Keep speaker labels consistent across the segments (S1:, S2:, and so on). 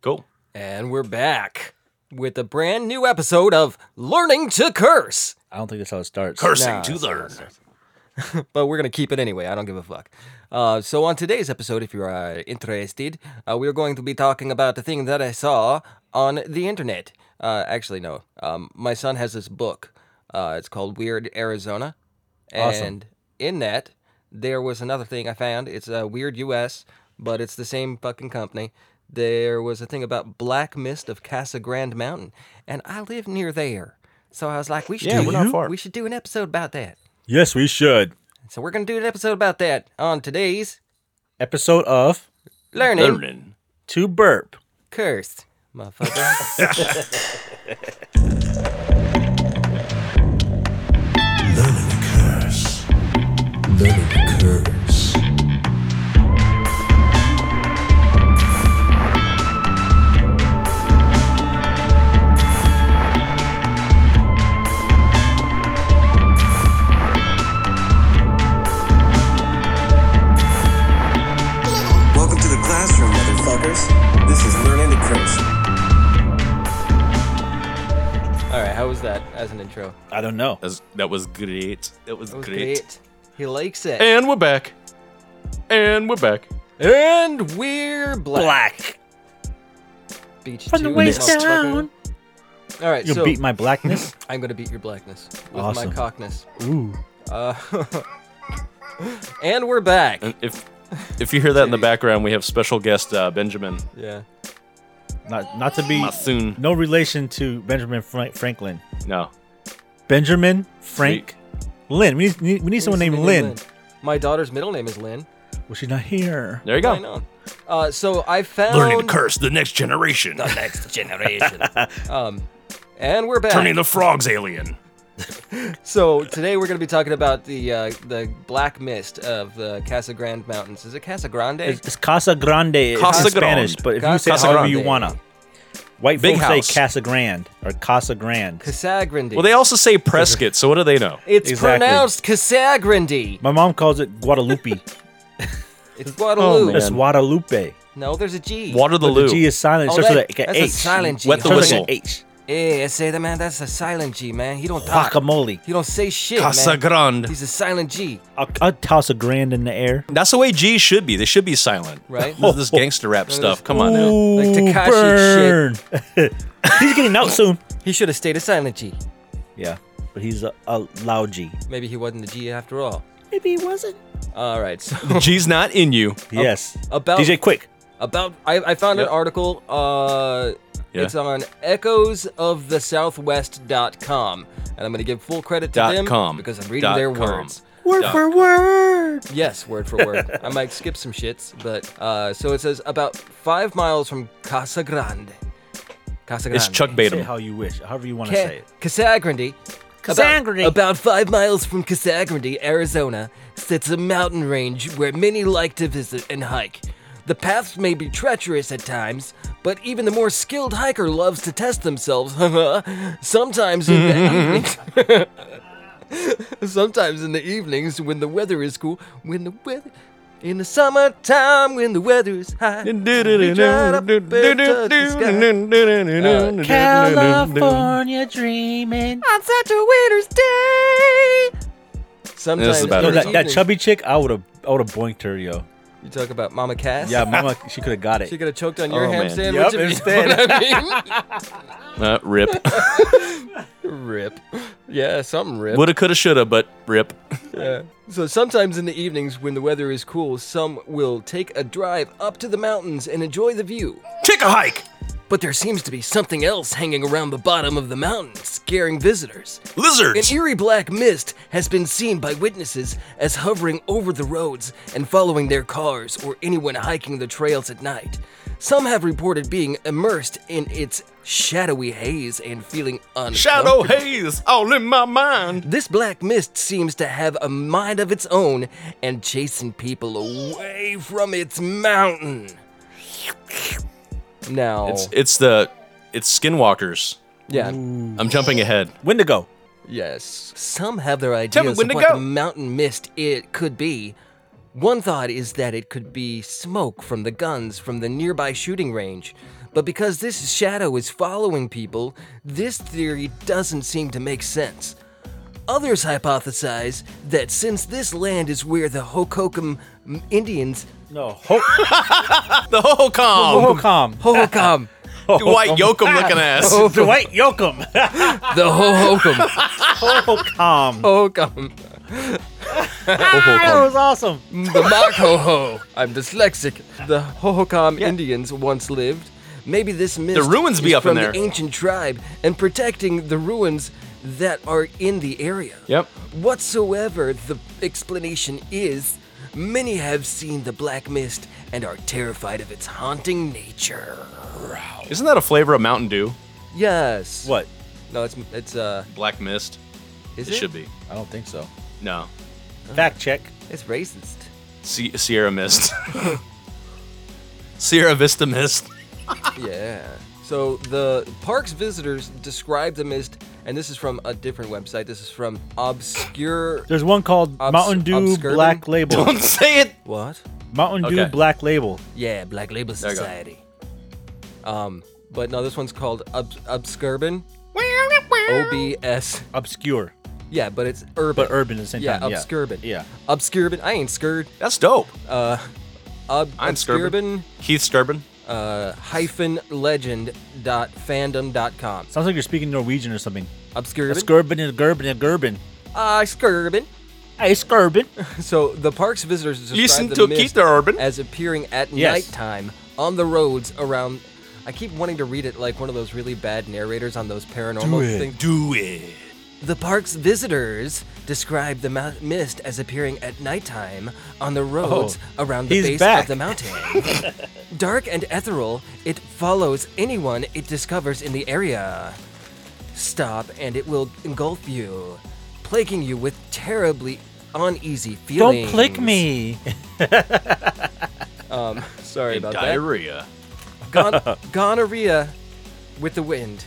S1: Cool.
S2: And we're back with a brand new episode of Learning to Curse.
S3: I don't think that's how it starts.
S1: Cursing
S2: Nah,
S1: to
S2: that's
S1: learn.
S2: But we're going to keep it anyway. I don't give a fuck. Uh, so, on today's episode, if you are interested, uh, we're going to be talking about the thing that I saw on the internet. Uh, actually, no. Um, my son has this book. Uh, it's called Weird Arizona.
S3: Awesome.
S2: And in that, there was another thing I found. It's uh, Weird US, but it's the same fucking company. There was a thing about Black Mist of Casa Grande Mountain. And I live near there. So I was like, we should,
S1: Yeah,
S2: do,
S1: we're not far.
S2: we should do an episode about that.
S3: Yes, we should.
S2: So we're gonna do an episode about that on today's
S3: Episode of
S2: learning,
S1: Learning.
S3: To Burp.
S2: cursed, motherfucker.
S4: Learning to curse. Learning to curse.
S5: Welcome to the classroom, motherfuckers. This is Learning to Curse.
S2: All right, how was that as an intro?
S3: I don't know.
S1: That's, that was great. That was,
S2: That was
S1: great.
S2: great. He likes it.
S1: And we're back. And we're back.
S2: And we're black.
S3: Black.
S2: Beat you
S3: From the
S2: to it,
S3: waist
S2: motherfucker.
S3: down.
S2: All right,
S3: You
S2: so
S3: beat my blackness.
S2: I'm gonna beat your blackness with
S3: Awesome.
S2: my cockness.
S3: Ooh.
S2: Uh, and we're back.
S3: Uh,
S1: And if if you hear that in the background, we have special guest uh, Benjamin
S2: Yeah.
S3: Not not to be
S1: Mathoon.
S3: no relation to Benjamin Frank- Franklin.
S1: No.
S3: Benjamin Frank Lynn. We need, need- we need someone named Lynn.
S2: My daughter's middle name is Lynn.
S3: Well, she's not here.
S1: There you
S2: I
S1: go.
S2: know. Uh, so I found
S1: Learning to curse the next generation.
S2: next generation. um, and we're back.
S1: Turning the frogs alien.
S2: So today we're going to be talking about the uh, the black mist of the Casa Grande Mountains. Is it Casa Grande?
S3: It's, it's Casa Grande
S1: Casa
S3: in Spanish,
S1: Grande.
S3: but if you
S2: Casa
S3: say it however you
S2: Grande.
S3: wanna. White
S1: Big
S3: folks
S1: house.
S3: say Casa Grande or Casa Grande.
S2: Casa Grande.
S1: Well, they also say Prescott, so what do they know?
S2: it's
S3: Exactly.
S2: pronounced Casa Grande.
S3: My mom calls it Guadalupe.
S2: It's Guadalupe.
S3: That's
S1: Oh, Man.
S3: Guadalupe.
S2: no, there's a G.
S3: But
S1: Waterloo.
S3: The G is silent. It
S2: Oh,
S3: starts
S2: that-
S3: with like an
S2: that's a
S3: H.
S2: silent G.
S1: Wet the
S3: It starts
S1: whistle.
S3: Like an H.
S2: Eh, I say that man. That's a silent G, man. He don't talk.
S3: Guacamole.
S2: He don't say shit,
S1: Casa
S2: man.
S1: Grande.
S2: He's a silent G,
S3: I'll, I'll toss a grand in the air.
S1: That's the way G should be. They should be silent.
S2: Right.
S1: This, this gangster rap stuff. Come on now.
S3: Ooh,
S2: Like Tekashi
S3: burn. he's getting out soon.
S2: He should have stayed a silent G.
S3: Yeah, but he's a, a loud G.
S2: Maybe he wasn't a G after all.
S3: Maybe he wasn't.
S2: All right. So
S1: G's not in you.
S3: Yes.
S2: about-
S3: DJ Quick.
S2: about I, I found
S1: Yep.
S2: an article. Uh,
S1: Yeah.
S2: It's on echoesofthesouthwest.com, and I'm going to give full credit to
S1: Dot
S2: them
S1: com.
S2: because I'm reading
S1: Dot
S2: their
S1: com.
S2: words.
S3: Word
S1: Dot-
S3: for word.
S2: Yes, word for word. I might skip some shits, but uh, so it says about five miles from Casa Grande. Casa Grande.
S1: It's Chuck
S3: Say it
S1: Batum.
S3: how you wish, however you want to say
S2: Ca-
S3: it.
S2: Casa Grande. About,
S3: Casagrande.
S2: about five miles from Casa Grande, Arizona, sits a mountain range where many like to visit and hike. The paths may be treacherous at times, but even the more skilled hiker loves to test themselves. Sometimes in the evenings. Sometimes in the evenings when the weather is cool, when the weather in the summertime when the weather is hot. we drive up and touch the sky.
S3: Uh, California dreaming.
S2: on such a winter's day. Sometimes
S1: This is about
S3: Yo,
S1: Better.
S3: that, that chubby chick, I would have, I would have boinked her, yo.
S2: You talk about Mama Cass.
S3: Yeah, mama, she could have got
S2: She
S3: it.
S2: could have choked on your
S1: Oh,
S2: ham
S1: man.
S2: sandwich.
S3: Yup,
S2: if
S3: instead.
S2: You know what
S1: Uh, rip.
S2: I mean? rip. Yeah, something rip.
S1: Woulda, coulda, shoulda, but rip.
S2: Yeah. So sometimes in the evenings when the weather is cool, some will take a drive up to the mountains and enjoy the view.
S1: Take a hike.
S2: But there seems to be something else hanging around the bottom of the mountain, scaring visitors. An
S1: Lizards.
S2: eerie black mist has been seen by witnesses as hovering over the roads and following their cars or anyone hiking the trails at night. Some have reported being immersed in its shadowy haze and feeling uncomfortable.
S1: Shadow haze all in my mind.
S2: This black mist seems to have a mind of its own and chasing people away from its mountain. Now,
S1: It's it's the it's skinwalkers.
S2: yeah,
S1: I'm jumping ahead.
S3: Wendigo.
S2: Yes. Some have their
S1: me
S2: ideas of
S1: when to
S2: what
S1: go.
S2: the mountain mist it could be, One thought is that it could be smoke from the guns from the nearby shooting range, but because this shadow is following people, this theory doesn't seem to make sense. Others hypothesize that since this land is where the Hokokum Indians,
S3: No. Ho-
S1: The ho
S3: ho-
S1: com
S3: com.
S2: Hohokam,
S1: Dwight Yoakam looking ass.
S3: Dwight Yoakam.
S2: the Hohokum,
S3: ho com.
S2: Hohokum,
S3: That was awesome.
S2: the Makoho. I'm dyslexic. The Hohokam Indians once lived. Maybe this mist
S1: ruins be
S2: is
S1: up in
S2: from
S1: there.
S2: the ancient tribe and protecting the ruins that are in the area.
S1: Yep.
S2: Whatsoever the explanation is, many have seen the black mist and are terrified of its haunting nature.
S1: Isn't that a flavor of Mountain Dew?
S2: Yes.
S3: What?
S2: No, it's it's uh.
S1: Black mist.
S2: Is
S1: It should be.
S6: I don't think so.
S1: No.
S3: Fact check.
S2: It's racist.
S1: Sie- Sierra mist. Sierra Vista mist.
S2: yeah. So the park's visitors describe the mist, and this is from a different website. This is from obscure.
S3: There's one called
S2: Obs-
S3: Mountain Dew
S2: obscurbing?
S3: Black Label.
S1: Don't say it.
S2: what?
S3: Mountain Dew
S1: Okay.
S3: Black Label.
S2: Yeah, Black Label
S1: you go.
S2: Society. Um, but no, this one's called Ob- Obscurbin. O B S.
S3: Obscure.
S2: Yeah, but it's urban.
S3: But urban at the same
S2: yeah,
S3: time.
S2: Obscurbin.
S6: Yeah.
S2: Obscurbin. I ain't scared.
S1: That's dope.
S2: Ob-
S1: I'm
S2: Obscurbin.
S1: Keith Skirbin.
S2: Uh, hyphen legend dot fandom dot com.
S3: Sounds like you're speaking Norwegian or something.
S2: Obscurbin.
S3: Skirbin and Gerbin and Gerbin.
S2: Ah, Skirbin.
S3: Hey, Skirbin.
S2: So the park's visitors describe
S1: Listen
S2: the
S1: to
S2: mist
S1: Keith Urban.
S2: as appearing at
S3: Yes.
S2: nighttime on the roads around. I keep wanting to read it like one of those really bad narrators on those paranormal things.
S1: Do it.
S2: The park's visitors describe the mou- mist as appearing at nighttime on the roads around the
S3: Oh. he's
S2: base
S3: back.
S2: of the mountain. Dark and ethereal, it follows anyone it discovers in the area. Stop and it will engulf you, plaguing you with terribly uneasy feelings.
S3: Don't plick me.
S2: Sorry about that.
S1: Diarrhea.
S2: Gon- gonorrhea with the wind.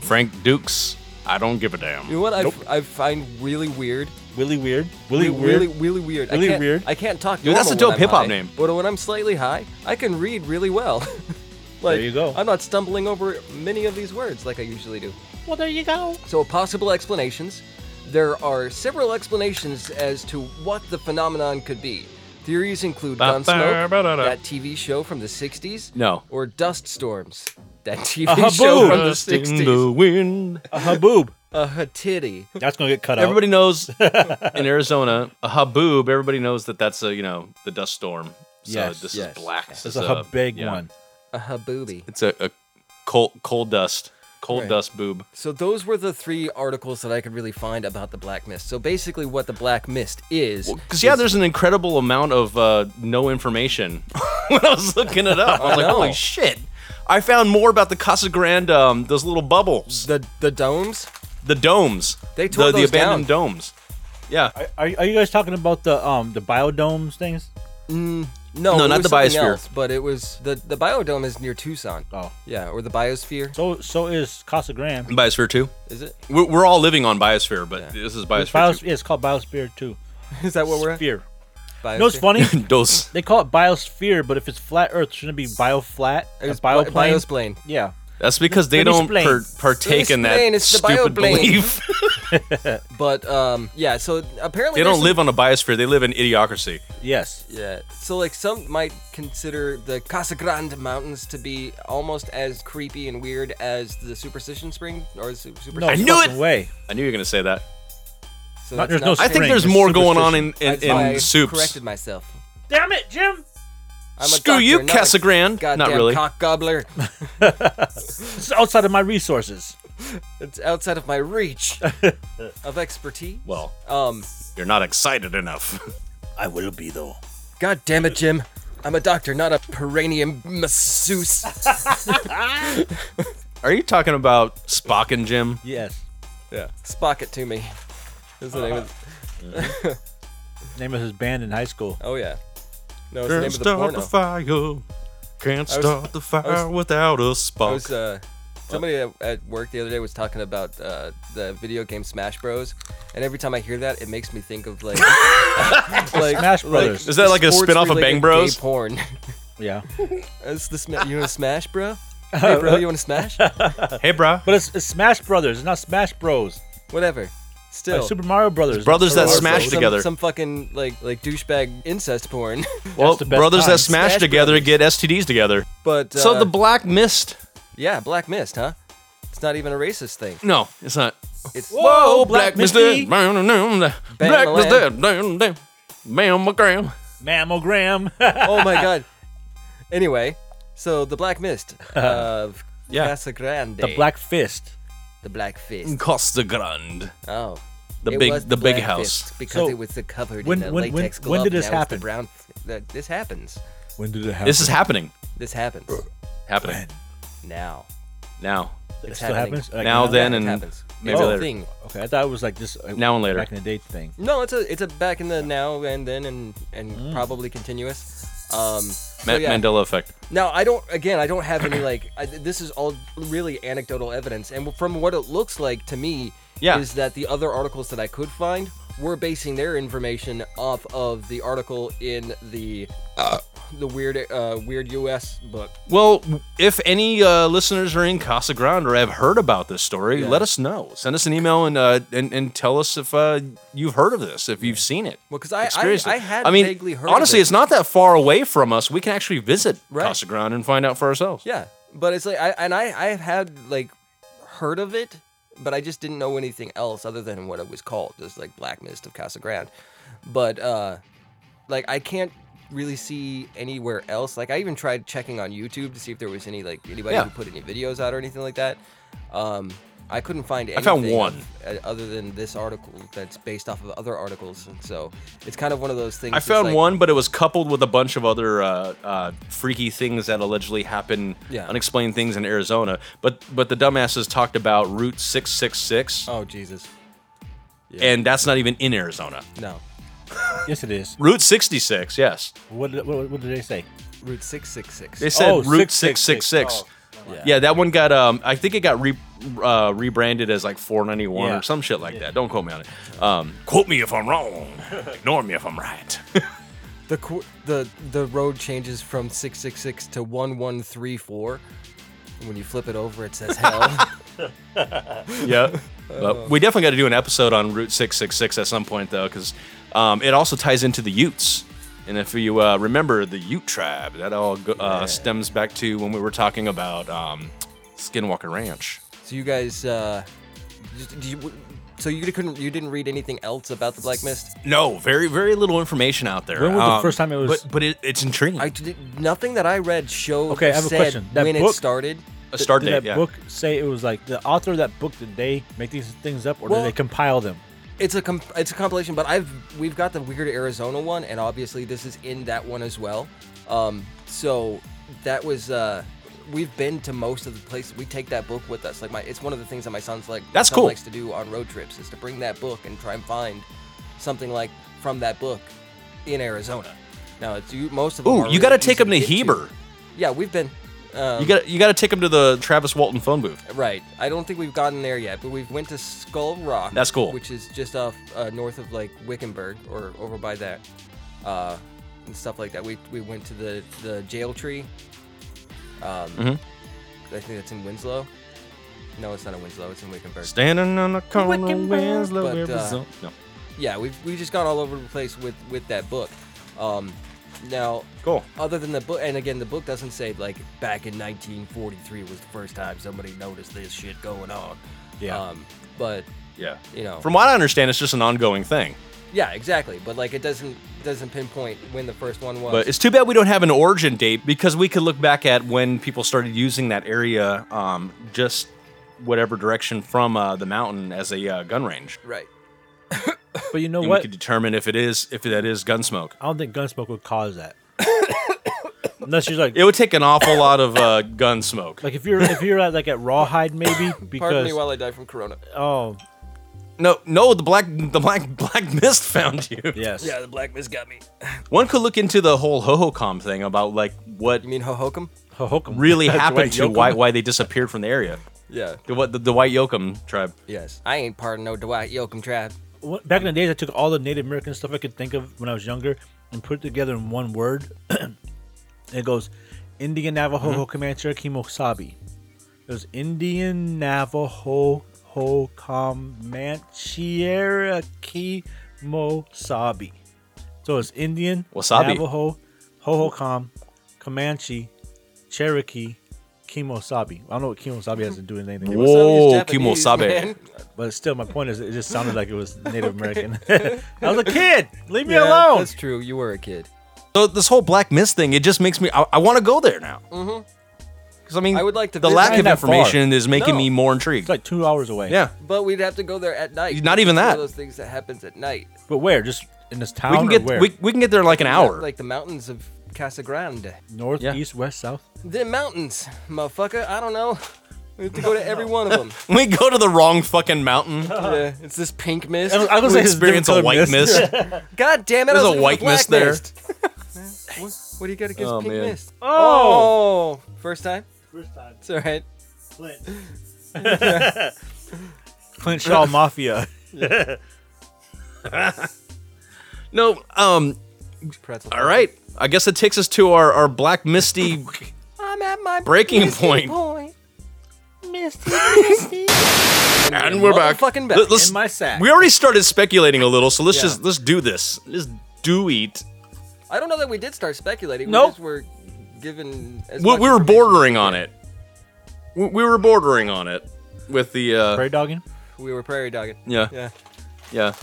S1: Frank Dukes. I don't give a damn.
S2: You know what I, f- I find really weird?
S3: Willy Weird. Willy
S2: Re-
S3: Weird.
S2: Really, really weird.
S3: Really
S2: I can't,
S3: weird?
S2: I can't talk.
S1: Dude, that's
S2: normal
S1: a dope
S2: when I'm
S1: hip-hop
S2: high,
S1: name.
S2: But when I'm slightly high, I can read really well. like,
S3: There you go.
S2: I'm not stumbling over many of these words like I usually do.
S3: Well, there you go.
S2: So, possible explanations. There are several explanations as to what the phenomenon could be. Theories include
S1: Ba- ba-
S2: gunsmoke,
S1: ba- da- da.
S2: that TV show from the '60s,
S1: No.
S2: or dust storms, that TV
S3: A
S2: show from the
S1: Dust in
S2: '60s,
S1: the wind.
S3: A haboob.
S2: a hatiti,
S3: That's gonna get cut out.
S1: Everybody knows in Arizona, a haboob, everybody knows that that's a, you know, the dust storm. So
S6: Yes,
S1: this
S6: yes.
S1: is black. This
S3: It's a, big
S1: yeah.
S3: one.
S2: a habooby.
S1: It's a, a cold, cold dust. Cold
S2: Right.
S1: dust boob.
S2: So those were the three articles that I could really find about the black mist. So basically, what the black mist is.
S1: Because, yeah, there's an incredible amount of uh, no information when I was looking it up. I was like,
S2: know.
S1: holy shit. I found more about the Casa Grande, um, those little bubbles,
S2: the the domes.
S1: the domes,
S2: They tore
S1: the, the
S2: those down.
S1: abandoned domes. Yeah.
S3: Are, are you guys talking about the um the biodomes things?
S2: No,
S1: No,
S2: it
S1: not
S2: was
S1: the
S2: something
S1: biosphere.
S2: else, but it was the the biodome is near Tucson.
S3: Oh.
S2: yeah, or the biosphere.
S3: So so is Casa Grande.
S1: Biosphere 2.
S2: Is it?
S1: We're, we're all living on Biosphere, but this is Biosphere
S3: Bios-
S1: 2.
S3: yeah, it's called Biosphere too.
S2: Is that what we're at?
S3: Sphere.
S2: Biosphere.
S3: You know what's funny?
S1: Those.
S3: they call it biosphere, but if it's flat Earth, shouldn't it be bioflat?
S2: It was bi-
S3: bioplane.
S2: bioplane.
S3: yeah.
S1: That's because they
S3: Let me
S1: don't
S3: explain.
S1: per- partake in that
S2: Explain, it's the
S1: stupid
S2: bioplane.
S1: belief.
S2: But um, yeah. So apparently
S1: they
S2: there's
S1: don't
S2: some-
S1: live on a biosphere. They live in idiocracy.
S3: Yes.
S2: Yeah. So like some might consider the Casa Grande Mountains to be almost as creepy and weird as the Superstition Spring or the Su- Superstition.
S3: No
S1: I knew
S3: fucking
S1: it!
S3: Way.
S1: I knew you were gonna say that.
S2: So that's
S3: Not- there's no
S1: I think
S3: Spring,
S1: there's
S3: it's
S1: more going on in
S3: superstition.
S1: in,
S2: That's why I
S1: in soups.
S2: corrected myself.
S3: Damn it, Jim!
S2: I'm a
S1: Screw you,
S2: doctor, not a
S1: Casa Grande.
S2: Goddamn
S1: Not really.
S2: cock gobbler.
S3: It's outside of my resources.
S2: It's outside of my reach of expertise.
S1: Well,
S2: Um,
S1: you're not excited enough.
S3: I will be though.
S2: God damn it, Jim. I'm a doctor, not a perineum masseuse.
S1: Are you talking about Spock and Jim?
S3: Yes.
S2: Spock it to me. Is the name of
S3: Name of his band in high school.
S2: Oh yeah. No, it's the name of the porno.
S1: fire. Can't
S2: was-
S1: the fire without a
S2: I
S1: Spock.
S2: was uh Somebody at, at work the other day was talking about uh, the video game Smash Bros, and every time I hear that, it makes me think of like, like
S3: Smash Brothers.
S1: Is that like a
S2: sports
S1: spin-off of
S2: related
S1: Bang Bros?
S2: Gay porn.
S3: Yeah.
S2: That's the sma- you want to smash, bro? Hey, bro, you want to smash? uh,
S1: Hey, brah.
S3: But it's, it's Smash Brothers. It's not Smash Bros.
S2: Whatever. Still.
S3: Like Super Mario Brothers. not
S1: brothers
S3: Super
S1: that
S3: Mario
S1: smash
S3: Bros.
S2: some,
S1: together.
S2: some fucking like like douchebag incest porn,
S1: Well,
S3: That's the best
S1: brothers
S3: time.
S1: that smash
S2: Smash
S1: together
S2: Brothers.
S1: get STDs together.
S2: but uh,
S1: So the black mist.
S2: yeah black mist, huh? It's not even a racist thing.
S1: No, it's not.
S2: It's
S3: Whoa, Black Misty.
S1: Black
S2: Bam,
S1: mist
S2: lamb.
S1: dead. Damn, damn. Bam, McGram.
S3: Mammogram.
S2: oh my god. Anyway, so the black mist of
S1: Yeah.
S2: Casa Grande.
S3: the Black Fist.
S2: the black fist.
S1: Costa Grande.
S2: Oh.
S1: The
S2: It
S1: big,
S2: was
S1: the big
S2: black
S1: house.
S2: fist because
S3: So,
S2: it was the covered
S3: when-
S2: in the
S3: when- when-
S2: latex
S3: when
S2: glove.
S3: did
S2: and
S3: this
S2: that was
S3: happen?
S2: The brown. f- that- this happens.
S3: When did it happen?
S1: This is happening.
S2: This happens
S1: Uh, Happening
S2: now.
S1: now.
S3: it
S2: It's
S3: still
S2: happening.
S3: happens. Like,
S1: Now then
S2: it
S1: and
S2: happens.
S1: maybe
S2: it's
S1: later.
S2: a thing.
S3: Okay, I thought it was like this uh,
S1: Now and later.
S3: back in the day thing.
S2: No, it's a it's a back in the now and then and and
S1: Mm.
S2: probably continuous. Um, so
S1: Ma-
S2: yeah.
S1: Mandela effect.
S2: Now I don't. Again, I don't have any like. I, this is all really anecdotal evidence, and from what it looks like to me,
S1: Yeah.
S2: is that the other articles that I could find were basing their information off of the article in the the weird uh, weird U.S. book.
S1: Well, if any uh, listeners are in Casa Grande or have heard about this story, let us know. Send us an email and uh, and, and tell us if uh, you've heard of this, if you've seen it.
S2: Well, 'cause I- I-
S1: experienced it.
S2: I had
S1: I mean,
S2: vaguely heard of
S1: honestly,
S2: it.
S1: it's not that far away from us. We can actually visit
S2: Right.
S1: Casa Grande and find out for ourselves.
S2: Yeah, but it's like I and I I have had like heard of it, but I just didn't know anything else other than what it was called, just like Black Mist of Casa Grande. But uh, like I can't really see anywhere else. Like I even tried checking on YouTube to see if there was any like anybody
S1: Yeah.
S2: who put any videos out or anything like that. Um, I couldn't find. Anything
S1: found one.
S2: of- uh, other than this article that's based off of other articles, and so it's kind of one of those things.
S1: I
S2: that's
S1: found
S2: like-
S1: one, but it was coupled with a bunch of other uh, uh, freaky things that allegedly happen,
S2: Yeah.
S1: unexplained things in Arizona. But but the dumbasses talked about Route 666,
S2: Oh Jesus!
S1: and that's not even in Arizona.
S2: No,
S3: Yes, it is.
S1: Route 66, yes.
S3: What, did- what, what did they say?
S2: Route six six six.
S1: They said
S3: Oh,
S1: Route
S3: 666.
S1: 666.
S2: Oh,
S1: yeah. that one got, um, I think it got re, uh, rebranded as like 491
S3: Yeah.
S1: or some shit like that. Don't quote me on it. Um, quote me if I'm wrong. Ignore me if I'm right.
S2: The qu- the the road changes from six six six to one one three four. And when you flip it over, it says hell.
S1: yeah. But we definitely got to do an episode on Route 666 at some point, though, because um, it also ties into the Utes. And if you uh, remember the Ute tribe, that all go- uh, stems back to when we were talking about um, Skinwalker Ranch.
S2: so you guys, uh, just, do you, so you couldn't you didn't read anything else about the Black Mist?
S1: No, very, very little information out there.
S3: When
S1: Um,
S3: was the first time it was-
S1: But, but it, it's intriguing.
S2: I did, nothing that I read showed.
S3: Okay, I have a
S2: said
S3: question. That
S2: when it
S3: book-
S2: started.
S1: a start
S3: Did
S1: date,
S3: that
S1: yeah.
S3: book say it was like the author of that book? Did they make these things up, or
S2: Well-
S3: did they compile them?
S2: It's a comp- it's a compilation, but I've we've got the weird Arizona one, and obviously this is in that one as well. Um, so that was uh, we've been to most of the places. We take that book with us. Like my, it's one of the things that my son's like.
S1: That's
S2: son
S1: cool.
S2: Likes to do on road trips is to bring that book and try and find something like from that book in Arizona. Now it's you, most of them.
S1: Ooh,
S2: are
S1: you got to
S2: really
S1: take
S2: easy
S1: him to
S2: get
S1: Heber.
S2: Yeah, we've been. Um,
S1: You got you got to take him to the Travis Walton phone booth.
S2: Right. I don't think we've gotten there yet, but we've went to Skull Rock.
S1: That's cool.
S2: Which is just off uh, north of like Wickenburg or over by that, uh, and stuff like that. We we went to the the jail tree. Um,
S1: Mhm.
S2: I think that's in Winslow. No, it's not in Winslow. It's in Wickenburg.
S1: Standing on the corner, of Winslow,
S2: But, uh,
S1: Arizona. No.
S2: yeah, we've we just gone all over the place with with that book. Um, now
S1: Cool.
S2: other than the book and again the book doesn't say like back in 1943 was the first time somebody noticed this shit going on
S3: Yeah.
S2: um, but
S1: Yeah.
S2: you know
S1: From what I understand, it's just an ongoing thing.
S2: yeah exactly but like it doesn't doesn't pinpoint when the first one was
S1: But it's too bad we don't have an origin date because we could look back at when people started using that area, um, just whatever direction from uh, the mountain as a uh, gun range.
S2: right
S3: But you know
S1: And we
S3: what?
S1: could determine if it is if that is gun smoke.
S3: I don't think Gunsmoke would cause that. Unless you're like,
S1: It would take an awful lot of uh, gun smoke.
S3: like if you're if you're at, like at Rawhide maybe
S2: pardon
S3: because
S2: me while i die from corona
S3: oh
S1: No, no, the black the black black mist found you.
S3: yes
S2: yeah the black mist got me
S1: One could look into the whole hohocom thing about like what
S2: you mean hohokum
S3: Hohokam.
S1: really
S3: Dwight
S1: happened to
S3: Yoakam.
S1: why why they disappeared from the area.
S2: Yeah.
S1: The, what, the, the White Yoakum tribe.
S2: Yes. I ain't part of no Dwight Yoakam tribe.
S3: Wh- Back in the days, I took all the Native American stuff I could think of when I was younger and put it together in one word. it goes Indian Navajo
S1: Mm-hmm.
S3: Ho Comanche Kimosabi. It was Indian Navajo Ho Comanche Kimosabi. So it's Indian
S1: Wasabi.
S3: Navajo Hohokam Comanche Cherokee Kimosabi. I don't know what Kimosabi has to do with anything.
S1: Whoa, Kimosabe.
S3: But still, my point is, it just sounded like it was Native American. I was a kid. Leave me
S2: Yeah,
S3: alone.
S2: That's true. You were a kid.
S1: So this whole black mist thing, it just makes me. I, I want to go there now. Mm-hmm. Because I mean,
S2: I would like to
S1: the
S2: visit-
S1: lack
S2: Ain't
S1: of
S3: that far.
S1: information is making
S2: No.
S1: me more intrigued.
S3: It's like two hours away.
S1: yeah,
S2: But we'd have to go there at night.
S1: Not even
S2: It's one
S1: that.
S2: of those things that happens at night.
S3: But where? Just in this town?
S1: we can
S3: or
S1: get
S3: where?
S1: we, we can get there in like an hour.
S2: Like the mountains of Casa Grande.
S3: north,
S1: Yeah.
S3: east, west, south.
S2: The mountains, motherfucker. I don't know. We have to go to every one of them.
S1: we go to the wrong fucking mountain.
S2: yeah, it's this pink mist.
S3: I was
S1: We experience a white mist.
S2: God damn it!
S1: There's
S2: I was looking for
S1: a white
S2: black
S1: mist there.
S2: mist. what, what do you got against
S1: Oh,
S2: pink
S1: man.
S2: mist? Oh! first time.
S3: First time,
S2: It's all right.
S3: Clint. Clint Shaw Mafia.
S1: no, um,
S2: Pretzel.
S1: all right. I guess it takes us to our our black misty.
S2: I'm at my
S1: Breaking
S2: misty
S1: point.
S2: point.
S1: and we're back.
S2: Motherfucking back.
S1: Let- let's-
S3: In my sack.
S1: We already started speculating a little, so let's
S2: Yeah.
S1: just let's do this. Let's do it.
S2: I don't know that we did start speculating.
S3: Nope.
S2: We just were given. As
S1: We,
S2: much
S1: we were
S2: information-
S1: bordering on it. We, we were bordering on it with the uh,
S3: Prairie dogging.
S2: We were prairie dogging.
S1: Yeah.
S2: Yeah.
S1: Yeah.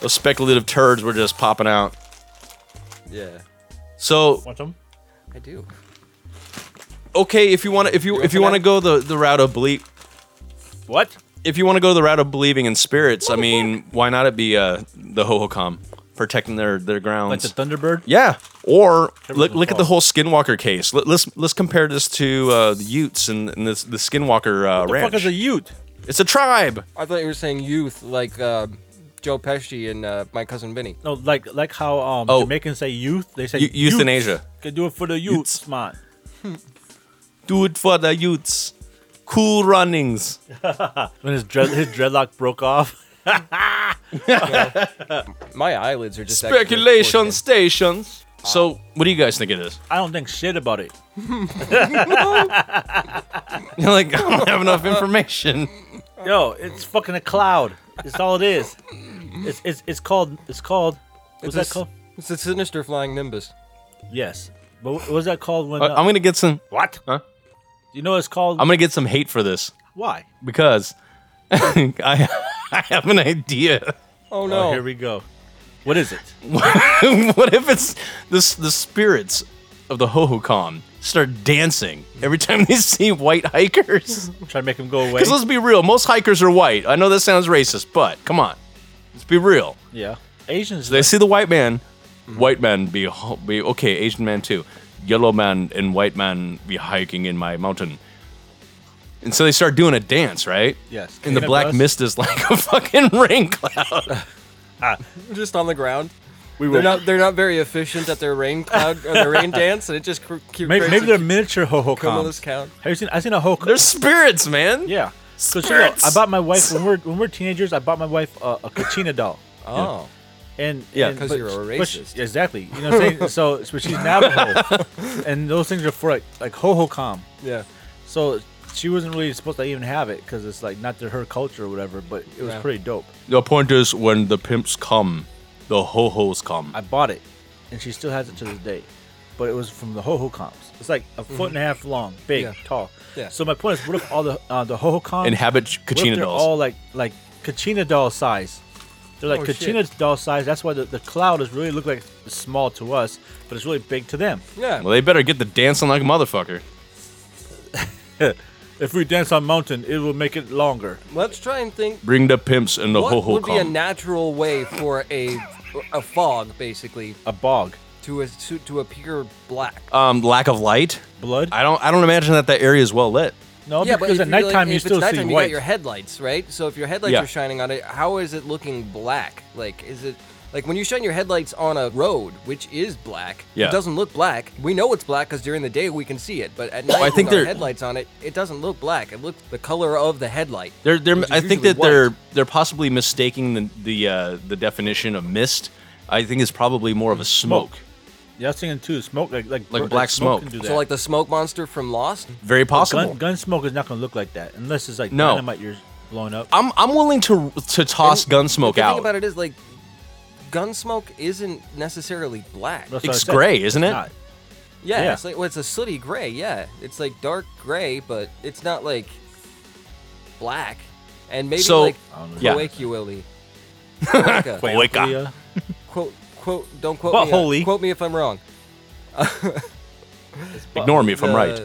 S1: Those speculative turds were just popping out.
S2: Yeah.
S1: So
S3: Want some?
S2: I do.
S1: okay, if you want to, if you
S2: You
S1: if you
S2: want
S1: want to go the the route of belief,
S3: What?
S1: if you want to go the route of believing in spirits, I mean, why not it be uh the hohokam protecting their their
S3: Like the
S1: grounds?
S3: Thunderbird?
S1: yeah. Or look,
S3: Everything's
S1: look at the
S3: false.
S1: whole Skinwalker case. Let, us let's compare this to uh, the Utes and, and this the Skinwalker uh,
S3: The
S1: ranch.
S3: fuck is a Ute?
S1: it's a tribe.
S2: I thought you were saying youth, like uh, Joe Pesci and uh, my cousin Vinny.
S3: No, like like how um
S1: Oh.
S3: Jamaicans say youth, they say
S1: Eu- euthanasia.
S3: youth. Could do it for the youths, man.
S1: Do it for the Utes. Cool runnings.
S3: When his dread his dreadlock broke off.
S2: My eyelids are just actually
S1: Speculation
S2: forced
S1: stations. Uh, So, what do you guys think of this?
S3: I don't think shit about it.
S1: You're like, I don't have enough information.
S3: Yo, it's fucking a cloud. It's all it is. It's it's it's called it's called what's
S2: a
S3: that
S2: s-
S3: called?
S2: in. It's a sinister flying nimbus.
S3: Yes. But what was that called when
S1: I-
S3: uh,
S1: I'm gonna get some.
S3: what?
S1: Huh?
S3: You know what it's called
S1: I'm gonna get some hate for this
S3: why?
S1: because I I have an idea.
S2: Oh
S3: Oh,
S2: no!
S3: here we go. What is it?
S1: what if it's this the spirits of the Hohokam start dancing every time they see white hikers?
S3: Try to make him go away.
S1: Because let's be real, most hikers are white. I know that sounds racist, but come on, let's be real.
S3: Yeah. Asians
S1: They see the white man,
S2: Mm-hmm.
S1: white man be ho- be okay, Asian man too, yellow man and white man be hiking in my mountain. And so they start doing a dance, right?
S3: Yes.
S1: And the
S3: Ain't it
S1: black
S3: us?
S1: mist is like a fucking rain cloud.
S2: just on the ground. We they're not. They're not very efficient at their rain cloud or their rain dance, and it just cr- cr-
S3: maybe, maybe they're miniature ho ho
S2: cumulus
S3: coms.
S2: count.
S3: Have you seen I seen a ho
S1: They're spirits, man.
S3: Yeah. So she-
S1: Spirits.
S3: I bought my wife when we're when we're teenagers, I bought my wife uh, a Kachina doll.
S2: Oh,
S3: And
S1: Yeah.
S3: and-
S2: 'Cause
S3: but-
S2: you're a
S3: but she-
S2: racist.
S3: exactly. You know what I'm saying? so but she's Navajo. and those things are for like like ho ho com.
S2: yeah.
S3: So she wasn't really supposed to even have it because it's like not to her culture or whatever, but it was
S2: Yeah.
S3: pretty dope.
S1: The point is, when the pimps come, the ho hos come.
S3: I bought it and she still has it to this day. But it was from the ho ho comps. It's like a foot and a half long, big,
S2: Mm-hmm. Yeah.
S3: tall.
S2: Yeah.
S3: So my point is, what if all the uh, the ho ho comps
S1: Inhabit
S3: what if
S1: Kachina
S3: they're
S1: dolls.
S3: all like like Kachina doll size? They're like
S2: Oh, shit.
S3: Kachina doll size. That's why the, the cloud is really look like it's small to us, but it's really big to them.
S2: Yeah.
S1: well, they better get the dancing like a motherfucker.
S3: If we dance on mountain, it will make it longer.
S2: Let's try and think.
S1: Bring the pimps and the ho
S2: What
S1: ho
S2: would be a
S1: come.
S2: natural way for a a fog, basically,
S3: A bog,
S2: to a, to, to appear black?
S1: um, lack of light.
S3: blood.
S1: I don't. I don't imagine that that area is well lit. Oh,
S3: no,
S2: yeah, but
S3: because
S2: if
S3: at
S2: you're, like,
S3: nighttime you
S2: if
S3: still
S2: it's nighttime,
S3: see
S2: you
S3: white.
S2: got your headlights, right? So if your headlights
S1: Yeah.
S2: are shining on it, how is it looking black? Like, is it Like when you shine your headlights on a road, which is black,
S1: Yeah.
S2: it doesn't look black. We know it's black because during the day we can see it, but at night
S1: I
S2: with
S1: think
S2: our
S1: they're-
S2: headlights on it, it doesn't look black. It looks the color of the headlight.
S1: They're, they're,
S2: which is
S1: I think
S2: usually
S1: that they're
S2: white.
S1: they're possibly mistaking the the uh, the definition of mist. I think it's probably more of a smoke.
S3: Smoke. Yeah, I was thinking too. Smoke like like,
S1: Like black smoke.
S3: can do
S2: so
S3: that.
S2: like the smoke monster from Lost.
S1: Very possible.
S3: gun, gun smoke is not gonna look like that unless it's like
S1: No.
S3: dynamite you're blowing up.
S1: I'm I'm willing to to toss
S2: And
S1: gunsmoke
S2: The
S1: out.
S2: thing about it is like, gunsmoke isn't necessarily black.
S3: That's what I
S1: it's
S3: said.
S1: gray, isn't it?
S3: Not.
S2: Yeah,
S3: Yeah.
S2: it's like well, it's a sooty gray. Yeah, it's like dark gray, but it's not like black, and maybe
S1: So-
S2: like
S3: I don't know.
S1: Yeah.
S2: colloquially. Quoca.
S1: Wake up.
S3: Yeah.
S2: quote, quote, don't quote
S3: But
S2: me.
S3: holy.
S2: Quote me if I'm wrong.
S1: Ignore me if I'm
S2: The-
S1: right.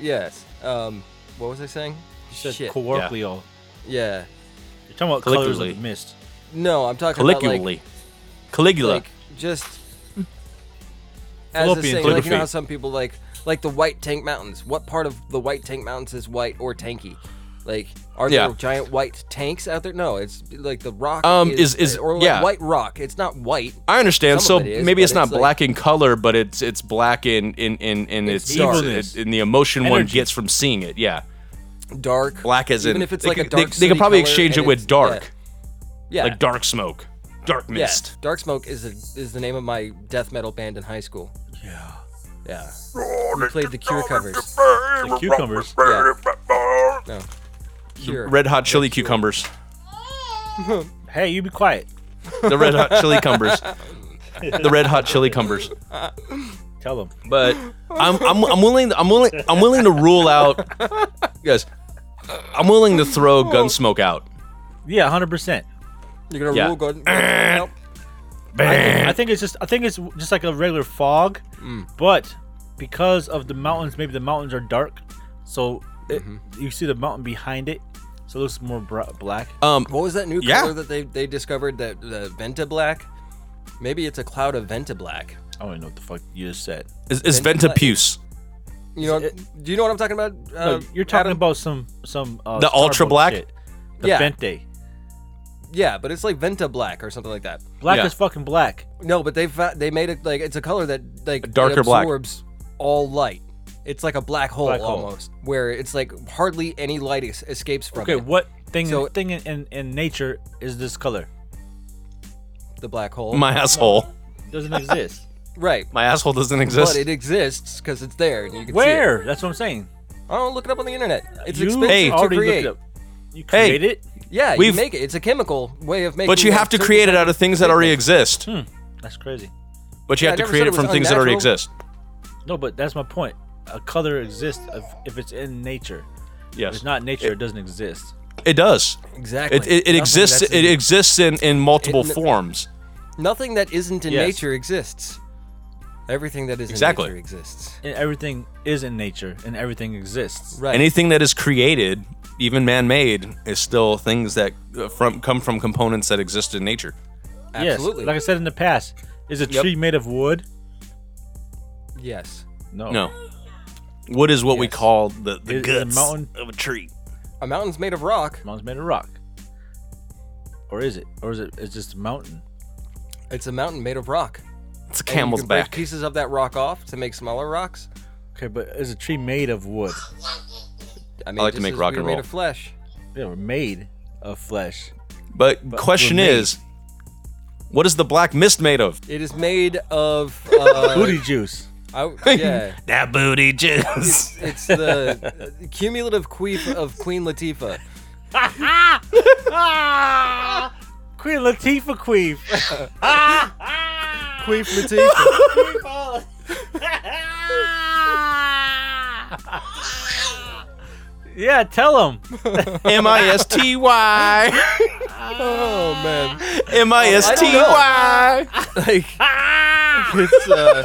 S2: Yes. Um, what was I saying?
S3: You said
S2: Shit.
S3: colloquially.
S2: yeah.
S3: You're talking about colors of the
S1: Colloquially.
S3: mist.
S2: No, I'm talking about like,
S1: Caligula. Caligula.
S2: like just as a
S3: Fallopian
S2: saying,
S1: tube.
S2: like you know how some people like like the White Tank Mountains. What part of the White Tank Mountains is white or tanky? Like, are
S1: Yeah.
S2: there giant white tanks out there? No, it's like the rock.
S1: Um,
S2: is,
S1: is- is-
S2: or like
S1: yeah.
S2: white rock. It's not white.
S1: I understand.
S2: Some
S1: So
S2: of it is,
S1: maybe
S2: but
S1: it's not
S2: it's like-
S1: black in color, but it's it's black in in in, in
S2: It's
S1: its,
S2: dark.
S1: it's- in the emotion one
S3: Energy.
S1: gets from seeing it. Yeah,
S2: Dark.
S1: black as
S2: even
S1: in
S2: if it's
S1: they
S2: like
S1: could,
S2: a dark.
S1: They, they could
S2: city
S1: probably
S2: color
S1: exchange
S2: and
S1: it with
S2: it's-
S1: dark,
S2: Yeah. yeah.
S1: like dark smoke, dark mist.
S2: Yeah. Dark Smoke is a, is the name of my death metal band in high school. Yeah. Yeah. We played the Cure covers.
S3: The cucumbers.
S2: Yeah. No. Cure.
S1: Red hot chili cucumbers.
S3: Hey, you be quiet.
S1: The red hot chili cumbers. The red hot chili cumbers.
S3: Tell them.
S1: But I'm, I'm I'm willing I'm willing I'm willing to rule out guys. I'm willing to throw gunsmoke out.
S3: Yeah, hundred percent.
S2: You're gonna
S1: Yeah.
S2: rule Gordon. Nope.
S3: I think it's just I think it's just like a regular fog,
S1: Mm.
S3: but because of the mountains, maybe the mountains are dark, so it,
S1: Mm-hmm.
S3: you see the mountain behind it, so it looks more br- black.
S1: Um,
S2: What was that new
S1: Yeah.
S2: color that they, they discovered that the Venta Black? Maybe it's a cloud of Venta Black.
S3: I don't even know what the fuck you just said.
S1: is, is
S2: Venti-
S1: Ventapus
S2: You know, do you know what I'm talking about?
S3: No,
S2: Uh,
S3: you're talking
S2: Adam?
S3: about some some uh,
S1: um, The
S3: Starbucks
S1: ultra black?
S3: shit. the
S2: Yeah.
S3: Bente.
S2: yeah, but it's like Venta Black or something like that.
S3: Black
S1: Yeah.
S3: is fucking black.
S2: No, but they fa- they made it like it's a color that like it
S1: darker black.
S2: absorbs all light. It's like a black hole
S3: Black hole.
S2: almost, where it's like hardly any light es- escapes from
S3: Okay,
S2: it.
S3: what thing
S2: So-
S3: thing in, in, in nature is this color?
S2: the black hole.
S1: my asshole.
S3: Doesn't exist.
S2: right,
S1: My asshole doesn't exist.
S2: but it exists because it's there. And you can See it.
S3: Where? That's what I'm saying.
S2: Oh, look it up on the internet. It's
S3: You
S2: expensive
S1: Hey.
S2: to
S3: already
S2: create.
S3: looked it up. You
S1: Hey.
S3: create it.
S2: Yeah, you
S1: We've-
S2: make it. It's a chemical way of making.
S1: But you
S2: like,
S1: have to
S2: certain-
S1: create it out of things that already exist.
S3: That's crazy.
S1: But you
S2: Hmm. Yeah, I
S1: have to
S2: never
S1: create
S2: said
S1: it
S2: it
S1: from
S2: was
S1: things that already
S2: unnatural.
S1: exist.
S3: No, but that's my point. A color exists if, if it's in nature. If
S1: Yes,
S3: it's not nature, it, doesn't exist.
S1: it does.
S2: Exactly.
S1: It, it, it
S2: Nothing
S1: exists.
S2: that's
S1: It
S2: in-
S1: exists in, in multiple
S2: It-
S1: forms.
S2: Nothing that isn't in
S3: Yes.
S2: nature exists. Everything that is
S1: Exactly.
S2: in nature exists.
S3: And everything is in nature, and everything exists.
S2: Right.
S1: Anything that is created, even man-made, is still things that uh, from come from components that exist in nature.
S3: Yes,
S2: Absolutely.
S3: Like I said in the past, is a
S1: Yep.
S3: tree made of wood?
S2: yes.
S3: No.
S1: No, wood is what we
S2: Oh. Yes.
S1: call the the
S3: Is- is a
S1: guts
S3: mountain-
S1: of a tree.
S2: A mountain's made of rock.
S3: Mountain's made of rock. Or is it? Or is it? It's just a mountain.
S2: It's a mountain made of rock. And
S1: It's a
S2: you
S1: camel's
S2: can break
S1: back.
S2: pieces of that rock off to make smaller rocks.
S3: Okay, but is a tree made of wood?
S2: I mean,
S1: like to
S2: just
S1: make
S2: as
S1: rock
S2: we
S1: and
S2: were made
S1: roll.
S2: of flesh.
S3: They were made of flesh.
S1: But, question
S3: we're made.
S1: is, what is the black mist made of?
S2: It is made of. Uh,
S3: Booty juice.
S2: I, yeah.
S1: That booty juice.
S2: It's the uh, cumulative queef of Queen Latifah.
S3: Queen Latifah Queef.
S2: Queef Latifah.
S3: yeah, tell him.
S1: M I S T Y.
S2: Oh man.
S1: M I S T
S2: I
S1: Y.
S2: like it's uh,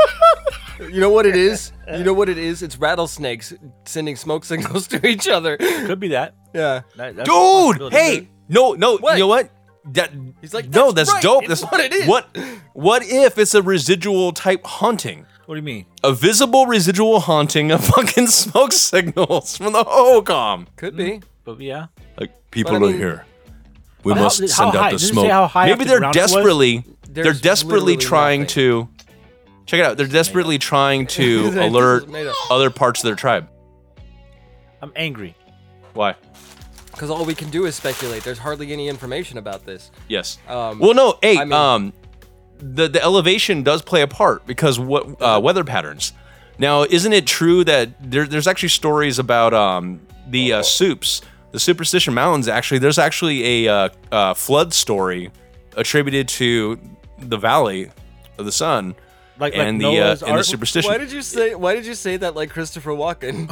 S2: you know what it is you know what it is it's rattlesnakes sending smoke signals to each other
S3: Could be that.
S2: yeah
S3: That- that's a
S1: Dude,
S3: possibility.
S1: hey, no, no,
S2: What?
S1: you know what? That,
S2: He's like,
S1: no,
S2: "That's
S1: that's
S2: right,
S1: dope.
S2: it's
S1: that's
S2: what it is."
S1: What? What if it's a residual type haunting?
S3: What do you mean?
S1: A visible residual haunting of fucking smoke signals from the HOCOM.
S2: could be
S3: But yeah.
S1: Like people
S2: But I mean-
S1: here. We
S3: How- how high? Did it say how high
S1: Maybe
S3: up the
S1: they're
S3: ground it was?
S1: desperately. they're
S2: There's
S1: desperately
S2: literally
S1: trying
S2: nothing.
S1: to check it out. They're desperately trying to
S2: This is
S1: alert
S2: made up.
S1: other parts of their tribe.
S3: I'm angry.
S1: Why?
S2: Because all we can do is speculate. There's hardly any information about this.
S1: Yes.
S3: Oh,
S2: Um,
S1: well, no. Hey,
S2: I mean-
S1: um, the the elevation does play a part because what uh, weather patterns. Now, isn't it true that there, there's actually stories about um, the uh, soups, the Superstition Mountains? Actually, there's actually a uh, uh, flood story attributed to the Valley of the Sun
S3: Like,
S1: and
S3: like
S1: the uh,
S3: Noah's
S1: and the
S3: Ark?
S1: superstition
S2: Why did you say? Why did you say that like Christopher Walken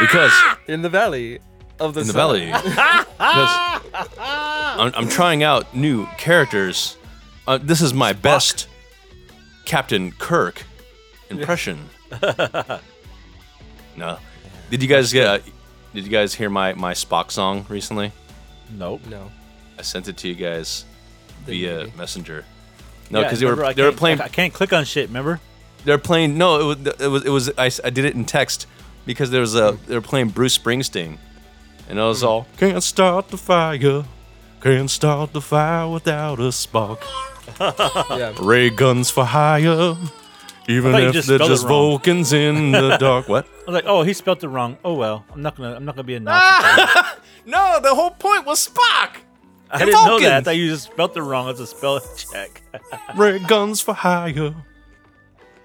S1: because
S2: in the Valley of the
S1: in the
S2: Sun?
S1: valley. Because I'm, I'm trying out new characters. Uh, this is my best Captain Kirk impression. no, did you guys get? Uh, did you guys hear my my Spock song recently?
S3: Nope.
S2: No.
S1: I sent it to you guys via Messenger. No,
S3: Yeah,
S1: because they
S3: remember, I
S1: were they were
S3: can't-
S1: playing
S3: I can't click on shit. Remember?
S1: they're playing. No, it was it was, it was I, s- I did it in text because there was
S3: Hmm.
S1: a they were playing Bruce Springsteen, and I was all can't start the fire, can't start the fire without a spark.
S2: Yeah.
S1: Ray guns for hire, even
S3: I thought you
S1: if
S3: just
S1: they're
S3: spelled it
S1: just
S3: wrong.
S1: Vulcans in the dark. What?
S3: I was like, oh, he spelt it wrong. Oh well, I'm not gonna, I'm not gonna be a Nazi.
S1: No, the whole point was Spock.
S3: I didn't know that. I thought you just spelt it wrong. It's a spell check.
S1: Ray guns for hire,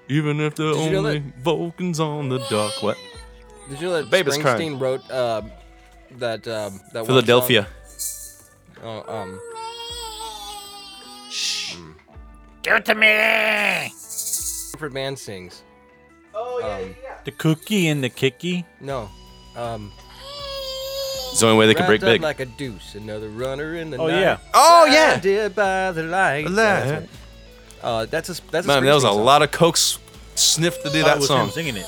S1: even if they're
S2: Did you know
S1: only Vulcans on the dark. What?
S2: Did you know that
S1: Baby's
S2: Springsteen
S1: crying.
S2: wrote um, that um, that one
S1: Philadelphia.
S2: song? Oh, um, Hmm. Shh. Give it to me. Manfred Mann sings.
S3: The cookie and the kicky.
S2: No. Um,
S1: It's the only way they can break
S2: wrapped up
S1: big.
S2: like a deuce, another runner in the
S3: Oh
S2: night.
S3: yeah.
S1: oh yeah.
S2: Blinded by the light. Yeah, that's
S1: Light.
S2: right. Uh, that's a that's a
S1: Man, that was
S2: Springsteen
S1: a
S2: song.
S1: lot of Cokes sniffed to do
S3: That
S1: that
S3: was
S1: song.
S3: him singing it.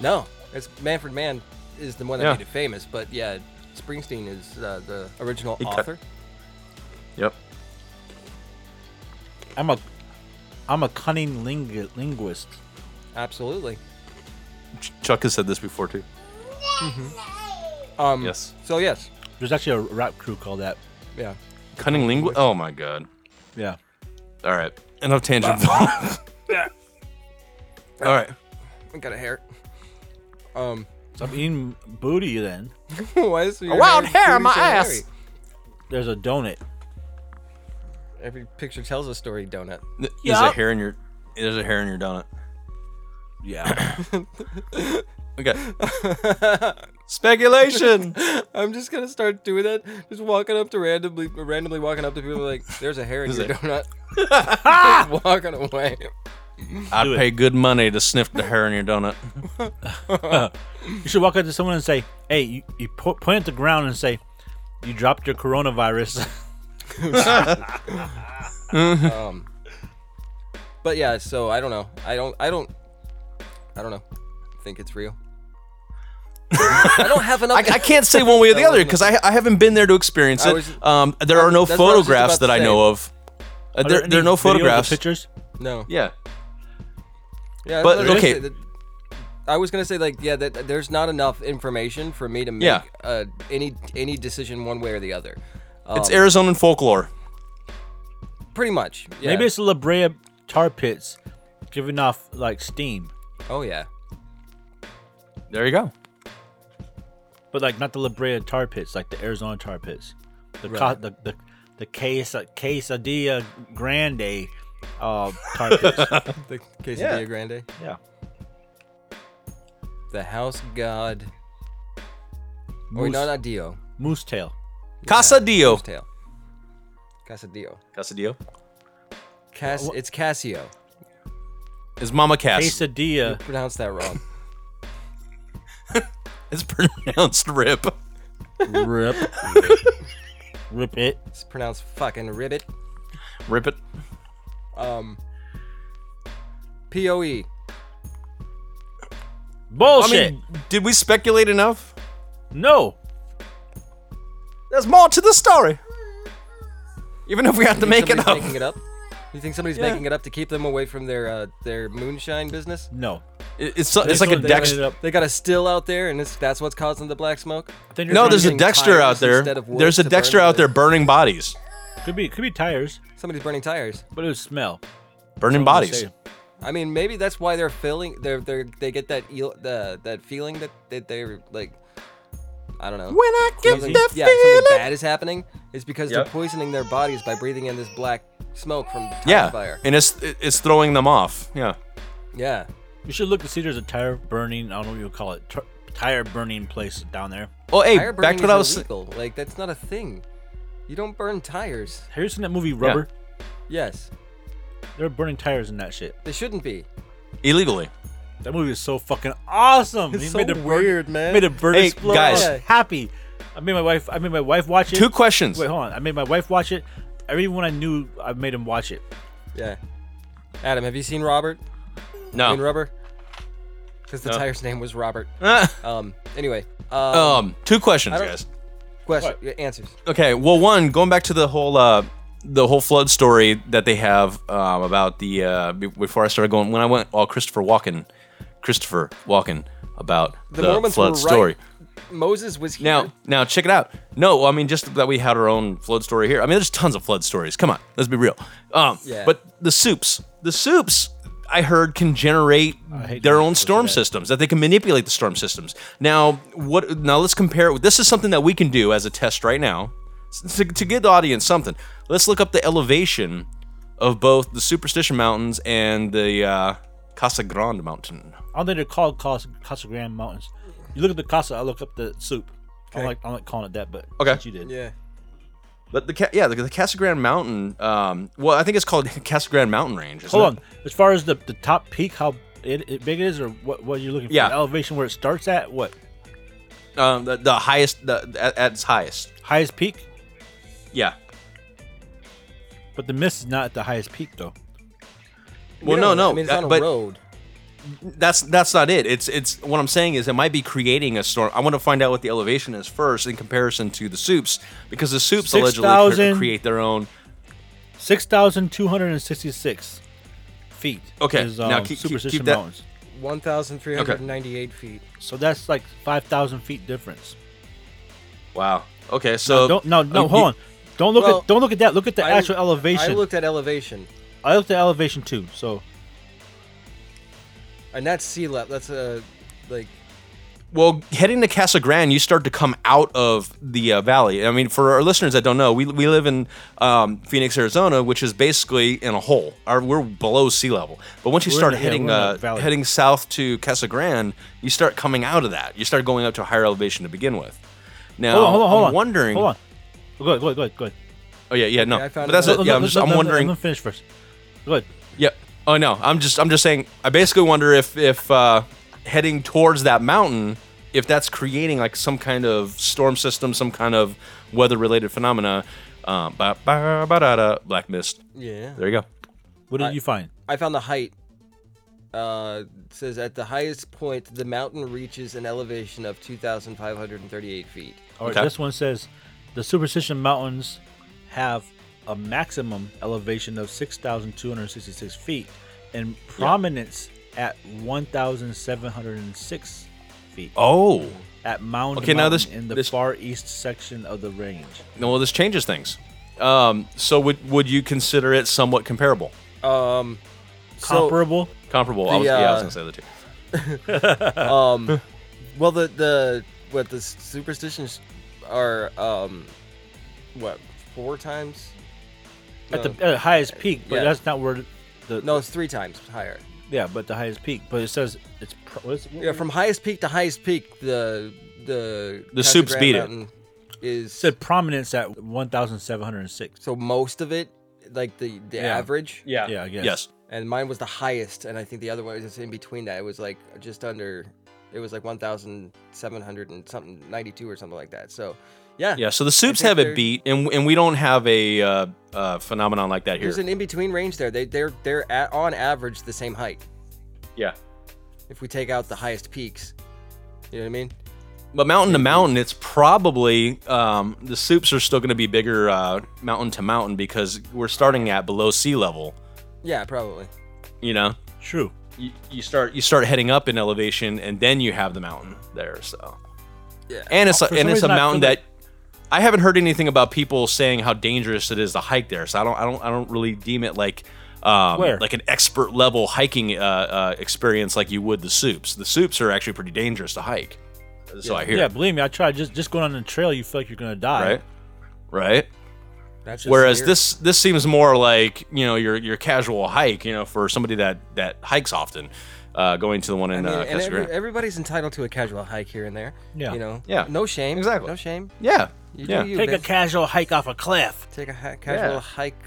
S2: No, it's Manfred Mann is the one that
S1: Yeah.
S2: made it famous, but yeah, Springsteen is uh, the original
S1: cut-
S2: author.
S1: Yep.
S3: I'm a, I'm a cunning lingu- linguist.
S2: Absolutely.
S1: Ch- Chuck has said this before too.
S2: Um,
S1: Yes.
S2: So yes,
S3: There's actually a rap crew called that.
S2: yeah.
S1: Cunning linguist. Oh my god.
S3: Yeah.
S1: All right. Enough tangent. All right.
S2: I got a hair. Um,
S3: So I'm eating booty then.
S2: why is your
S1: wild hair
S2: booty
S1: on my
S2: so
S1: ass.
S2: hairy?
S3: There's a donut.
S2: Every picture tells a story. Donut.
S1: Th- There's
S3: Yeah.
S1: a hair in your. There's a hair in your donut.
S3: Yeah.
S1: Okay. Speculation.
S2: I'm just gonna start doing that. Just walking up to randomly, randomly walking up to people like, "There's a hair in your
S1: There's
S2: donut." Just walking away.
S1: I'd
S3: it.
S1: pay good money to sniff the hair in your donut.
S3: you should walk up to someone and say, "Hey, you, you po- point at the ground and say, you dropped your coronavirus."
S2: Um, but yeah, so I don't know. I don't. I don't. I don't know. Think it's real. I don't have enough.
S1: I, I can't say one way or the other because I, I haven't been there to experience
S2: I
S1: it.
S2: was-
S1: um, there are no
S2: that's what I was just
S1: photographs
S2: about to
S1: that I
S2: say.
S1: know of. Uh, there, there are
S3: any videos
S1: no
S3: or
S1: photographs.
S3: Pictures.
S2: no.
S1: Yeah.
S2: Yeah,
S1: But,
S2: I was gonna
S1: okay.
S2: say that- I was gonna say like yeah, that that there's not enough information for me to make
S1: Yeah.
S2: uh, any any decision one way or the other.
S1: It's Arizonan folklore.
S2: Pretty much. Yeah.
S3: Maybe it's the La Brea tar pits giving off like steam,
S2: Oh yeah.
S1: There you go.
S3: but like not the La Brea tar pits, like the Arizona tar pits, the ca- the the the Casa, Quesadilla Grande uh, tar pits.
S2: The Quesadilla Grande.
S3: yeah,
S2: The house god. Or
S3: Moose.
S2: no, not Dio.
S3: moose tail.
S1: Casadillo.
S2: Moose tail. Casadio.
S1: Casadillo.
S2: Cas. It's Casio.
S1: Is Mama Cass.
S3: Quesadilla.
S2: Pronounced that wrong.
S1: It's pronounced rip.
S3: Rip. Rip it.
S2: It's pronounced fucking ribbit.
S1: Rip it.
S2: Um. P O E.
S1: I
S3: Bullshit.
S1: mean, did we speculate enough?
S3: no.
S1: There's more to the story. Even if we have to make it up.
S2: Making it up. You think somebody's making it up to keep them away from their uh, their moonshine business?
S3: No.
S1: It- It's, so- it's like a
S3: They made it
S1: Dexter.
S3: up.
S2: They got a still out there, and it's, that's what's causing the black smoke.
S3: I think they're
S1: No,
S3: trying
S1: there's
S3: to-
S1: a
S2: using
S1: Dexter
S2: tires
S1: out there.
S2: instead of wood
S1: There's a
S2: to
S1: Dexter
S2: burn
S1: out there
S2: with.
S1: burning bodies.
S3: Could be could be tires,
S2: Somebody's burning tires.
S3: but it would smell.
S1: Burning bodies.
S3: Say,
S2: I mean, maybe that's why they're feeling they're they are they get that eel, the that feeling that, that they're like I don't know. When I get something, yeah, something bad is happening. It's because
S1: Yep.
S2: they're poisoning their bodies by breathing in this black smoke from the tire
S1: Yeah,
S2: fire.
S1: and it's it- it's throwing them off. Yeah,
S2: Yeah.
S3: You should look to see there's a tire burning. I don't know what you would call it. T- tire burning place down there.
S1: Well, Oh, hey,
S2: Tire burning
S1: back to what I
S2: is
S1: was.
S2: illegal. Like that's not a thing. You don't burn tires.
S3: Have you seen that movie Rubber?
S2: Yes,
S3: They were burning tires in that shit.
S2: they shouldn't be.
S1: Illegally.
S3: That movie is so fucking awesome.
S2: It's
S3: He
S2: so
S3: made a bird-
S2: weird, man.
S3: Made a bird
S1: Hey,
S3: explode.
S1: guys.
S3: I was happy. I made my wife. I made my wife watch it.
S1: Two questions.
S3: Wait, hold on. I made my wife watch it. Everyone I knew, I made him watch it.
S2: Yeah. Adam, have you seen Robert? I mean
S1: No.
S2: Rubber. Because the
S1: Oh. No.
S2: tire's name was Robert.
S1: Ah,
S2: Um. Anyway. Um.
S1: um, two questions,
S2: don't-
S1: guys.
S2: question. yeah, Answers.
S1: Okay. Well, one going back to the whole uh, the whole flood story that they have um, about the uh, be- before I started going when I went all Christopher Walken, Christopher Walken about the,
S2: The Mormons
S1: flood
S2: were right.
S1: story.
S2: Moses was here.
S1: Now, now check it out. No, I mean just that we had our own flood story here. I mean, there's tons of flood stories. Come on, let's be real. Um,
S2: Yeah.
S1: But the soups, the soups, I heard can generate
S3: hate
S1: their
S3: when
S1: own
S3: people say
S1: storm
S3: that.
S1: systems. That they can manipulate the storm systems. Now, what? Now let's compare. it with- This is something that we can do as a test right now S- to, to give the audience something. Let's look up the elevation of both the Superstition Mountains and the uh, Casa Grande Mountain.
S3: I don't think they're called Casa, Casa Grande Mountains. You look at the Casa. I look up the soup. I don't like I don't like calling it that, but
S1: Okay.
S3: since you did.
S2: Yeah.
S1: But the ca- yeah, the, the Casa Grande Mountain. Um, well, I think it's called Casa Grande Mountain Range. isn't
S3: Hold
S1: it?
S3: on. As far as the, the top peak, how it, it big it is, or what what you're looking for?
S1: Yeah.
S3: The elevation where it starts at, what
S1: Um, the, the highest, the, the- at, at its highest.
S3: highest peak?
S1: Yeah.
S3: But the mist is not at the highest peak though.
S2: We
S1: Well, no,
S2: don't-
S1: no,
S2: I mean, it's
S1: uh,
S2: on a
S1: but
S2: road.
S1: that's that's not it. It's it's what I'm saying is it might be creating a storm. I want to find out what the elevation is first in comparison to the soups because the soups allegedly cre-
S3: 6,000.
S1: create their own.
S3: Six thousand two hundred and sixty-six feet.
S1: Okay,
S3: Is,
S1: now
S3: um,
S1: keep- keep-
S3: superstition
S1: keep that-
S3: mountains.
S2: 1,398 feet.
S3: So that's like five thousand feet difference.
S1: Wow. Okay, so uh,
S3: Don't no no
S1: You-
S3: hold on. Don't look
S2: Well,
S3: at don't look at that. Look at the
S2: I-
S3: actual elevation.
S2: I looked at elevation,
S3: I looked at elevation too. So
S2: and that's sea level. That's uh, like
S1: Well, heading to Casa Grande, you start to come out of the uh, valley. I mean, for our listeners that don't know, we, we live in um, Phoenix, Arizona, which is basically in a hole. Our, we're below sea level. But once you
S3: We're in
S1: start
S3: a hill,
S1: heading
S3: we're in a
S1: uh,
S3: valley.
S1: heading south to Casa Grande, you start coming out of that. You start going up to a higher elevation to begin with. Now,
S3: hold on, hold on, hold
S1: I'm
S3: on.
S1: wondering.
S3: Hold on. Go ahead, go ahead, go ahead, go ahead.
S1: Oh yeah, yeah, no.
S2: I found
S1: but that's
S2: it.
S1: it.
S3: No,
S1: yeah,
S3: no,
S1: I'm
S3: no,
S1: just
S3: no,
S1: I'm
S3: no,
S1: wondering.
S3: I'm gonna finish first. Go ahead.
S1: Yeah. Oh no, I'm just I'm just saying. I basically wonder if if uh, heading towards that mountain, if that's creating like some kind of storm system, some kind of weather related phenomena. Um, ba ba ba da da. Black mist.
S2: yeah.
S1: There you go.
S3: What did
S2: I-
S3: you find?
S2: I found the height. Uh, it says at the highest point, the mountain reaches an elevation of 2,538 feet.
S3: All right,
S1: Okay.
S3: this one says the Superstition Mountains have a maximum elevation of 6,266 feet and prominence at 1,706 feet
S1: Oh.
S3: at Mound
S1: Okay,
S3: Mountain
S1: now this-
S3: in the
S1: this-
S3: far east section of the range.
S1: No, well, this changes things. Um, so would would you consider it somewhat comparable?
S2: Um, so-
S3: Comparable?
S1: Comparable. I
S2: The,
S1: was, yeah, I was
S2: uh,
S1: gonna say that too.
S2: Um, well, the the what the s- superstitions are um, what four times?
S3: at, the,
S2: No.
S1: uh,
S3: at the highest peak, but
S2: Yeah.
S3: that's not where the.
S2: No, it's three times higher.
S3: Yeah, but the highest peak. But it says it's. Pro, what is, what,
S2: Yeah, from highest peak to highest peak, the the
S1: The
S2: Casa
S1: soups
S2: Grande
S1: beat it.
S2: Mountain Is
S3: it said prominence at 1,706.
S2: so most of it, like the the
S3: Yeah.
S2: average,
S3: Yeah, I guess.
S1: Yes.
S2: and mine was the highest, and I think the other one was just in between that. It was like just under, it was like one thousand seven hundred and something, ninety two or something like that. So, yeah,
S1: Yeah. So the soups
S2: think
S1: have it
S2: they're-
S1: beat, and and we don't have a uh, uh, phenomenon like that here.
S2: There's an in between range there. They they're they're at, on average the same height.
S1: yeah.
S2: If we take out the highest peaks, you know what I mean?
S1: But mountain to mountain, it's probably um, the soups are still going to be bigger uh, mountain to mountain because we're starting at below sea level.
S2: Yeah, probably.
S1: You know,
S3: True.
S1: you, you start you start heading up in elevation, and then you have the mountain there. So,
S2: Yeah.
S1: and it's
S3: For
S1: a,
S3: some
S1: and it's a
S3: reason I
S1: mountain
S3: feel
S1: that
S3: like-
S1: I haven't heard anything about people saying how dangerous it is to hike there, so I don't, I don't, I don't really deem it like, um,
S3: Where?
S1: like an expert level hiking uh, uh, experience like you would the soups. The soups are actually pretty dangerous to hike, so I hear,
S3: Yeah, believe me, I tried just just going on the trail. You feel like you're gonna die.
S1: right, right.
S2: That's just
S1: Whereas
S2: weird.
S1: this this seems more like you know your your casual hike, you know, for somebody that that hikes often, uh, going to the one in
S2: I mean,
S1: uh,
S2: and
S1: Casa
S2: every-
S1: Grande.
S2: everybody's entitled to a casual hike here and there.
S3: Yeah.
S2: You know.
S1: Yeah.
S2: No shame.
S1: Exactly.
S2: No shame.
S1: yeah,
S2: You
S1: yeah.
S2: do you.
S3: Take a
S2: bitch.
S3: casual hike off a cliff.
S2: Take a ha- casual
S1: Yeah.
S2: hike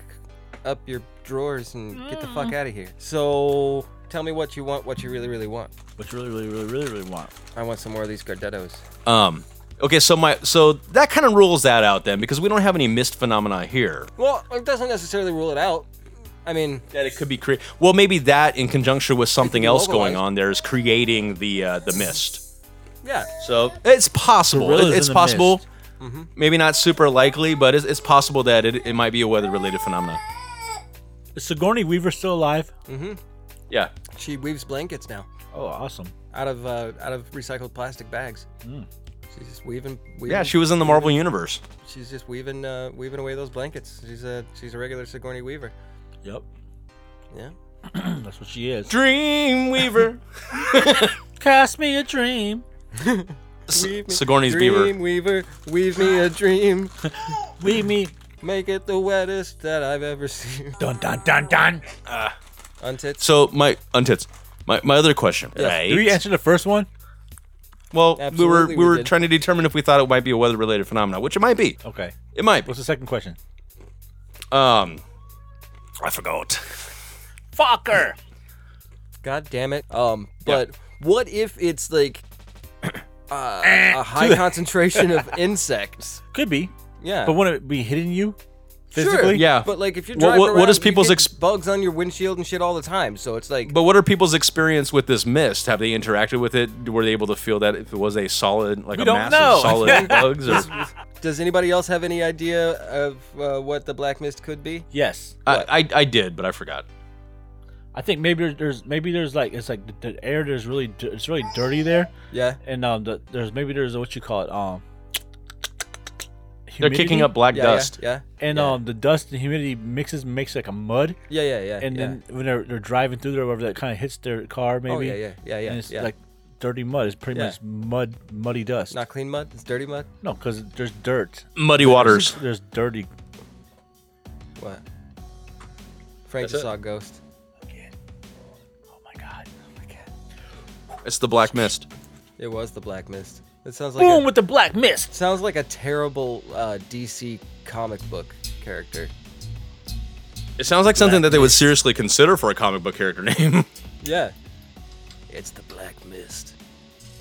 S2: up your drawers and get the fuck out of here. So tell me what you want. What you really, really want.
S3: What you really, really, really, really, really want.
S2: I want some more of these Gardettos.
S1: Um, okay, so my so that kind of rules that out then because we don't have any mist phenomena here.
S2: Well, it doesn't necessarily rule it out. I mean,
S1: That it could be created. Well, maybe that in conjunction with something
S2: be
S1: else going
S2: localized.
S1: on there is creating the uh, the mist.
S2: yeah.
S1: So it's possible.
S3: Gorillas
S1: It-
S3: in
S1: it's
S3: the
S1: possible. Maybe not super likely, but it's, it's possible that it, it might be a weather related phenomenon.
S3: Is Sigourney Weaver still alive?
S1: Yeah.
S2: She weaves blankets now
S3: Oh, awesome.
S2: out of uh, out of recycled plastic bags. She's just weaving. weaving
S1: Yeah, she was in the Marvel Universe.
S2: She's just weaving uh, weaving away those blankets. She's a she's a regular Sigourney Weaver.
S3: Yep,
S2: Yeah.
S3: that's what she is.
S1: Dream Weaver.
S3: Cast me a dream.
S1: S-
S2: Weave me
S1: Sigourney's
S2: dream
S1: Beaver.
S2: Weaver, weave me a dream.
S3: Leave me.
S2: Make it the wettest that I've ever seen.
S3: Dun dun dun dun.
S2: Untits.
S1: So my untits. My, my other question. Right.
S3: Did we answer the first one?
S1: Well, we were
S2: Absolutely
S1: we,
S2: we
S1: were
S2: did.
S1: trying to determine if we thought it might be a weather related phenomenon, which it might be.
S3: Okay.
S1: It might be.
S3: What's the second question?
S1: Um, I forgot.
S3: Fucker.
S2: God damn it. Um,
S1: Yeah.
S2: but what if it's like uh, a high concentration of insects?
S3: Could be.
S2: Yeah.
S3: But wouldn't it be hitting you
S2: Sure,
S3: physically?
S1: Yeah.
S2: But like, if you're
S1: What-
S2: driving
S1: what- what is
S2: around, you
S1: people's
S2: get
S1: ex-
S2: bugs on your windshield and shit all the time? So it's like,
S1: But what are people's experience with this mist? Have they interacted with it? Were they able to feel that if it was a solid, like
S3: We
S1: a
S3: don't
S1: mass
S3: know.
S1: of solid bugs? Or,
S2: does anybody else have any idea of uh, what the black mist could be?
S3: Yes.
S1: I, I I did, but I forgot.
S3: I think maybe there- there's maybe there's like it's like the, the air there's really di- it's really dirty there,
S2: Yeah.
S3: and um the, there's maybe there's what you call it um.
S1: They're
S3: humidity,
S1: kicking up black
S2: Yeah,
S1: dust.
S2: Yeah.
S3: and
S2: yeah.
S3: um the dust and humidity mixes makes like a mud,
S2: Yeah. Yeah. Yeah.
S3: and
S2: yeah.
S3: then when they're, they're driving through there, whatever that kind of hits their car maybe.
S2: Oh yeah. Yeah. Yeah. Yeah.
S3: and it's
S2: yeah.
S3: like dirty mud. It's pretty
S2: Yeah.
S3: much mud, muddy dust.
S2: not clean mud. It's dirty mud.
S3: no, because there's dirt.
S1: Muddy waters.
S3: There's dirty.
S2: What? Frank just saw a ghost.
S3: Oh my god.
S1: It's the black mist.
S2: It was the black mist. It sounds like
S3: Boom
S2: a,
S3: with the black mist.
S2: sounds like a terrible uh, DC comic book character.
S1: It sounds like something that they would seriously consider for a comic book character name.
S2: Yeah. It's the black mist.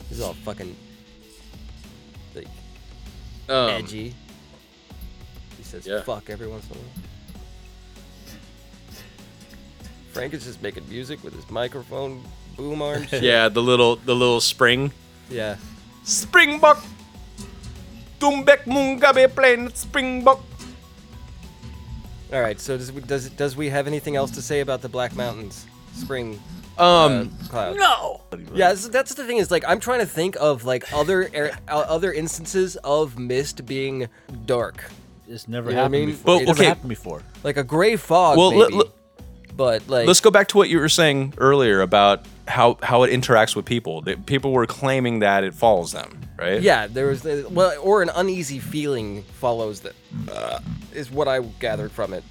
S2: This is all fucking like
S1: Um,
S2: edgy. He says
S1: yeah.
S2: fuck every once in a while. Frank is just making music with his microphone boom arm. shit.
S1: yeah, the little the little spring.
S2: Yeah.
S1: Springbok. Tumbek Mungabe playing Springbok.
S2: All right. So does we, does it- does we have anything else to say about the Black Mountains spring uh,
S1: Um,
S2: cloud?
S3: No.
S2: Yeah, that's, that's the thing is like I'm trying to think of like other er, uh, other instances of mist being dark,
S3: It's never
S2: You know what I
S3: happened
S2: mean?
S3: before.
S1: But,
S3: It's never
S1: okay.
S3: happened before.
S2: like a gray fog.
S1: Well, let-
S2: maybe.
S1: let-
S2: but like
S1: let's go back to what you were saying earlier about how how it interacts with people. That people were claiming that it follows them, right?
S2: yeah, there was uh, well, or an uneasy feeling follows that uh, is what I gathered from it.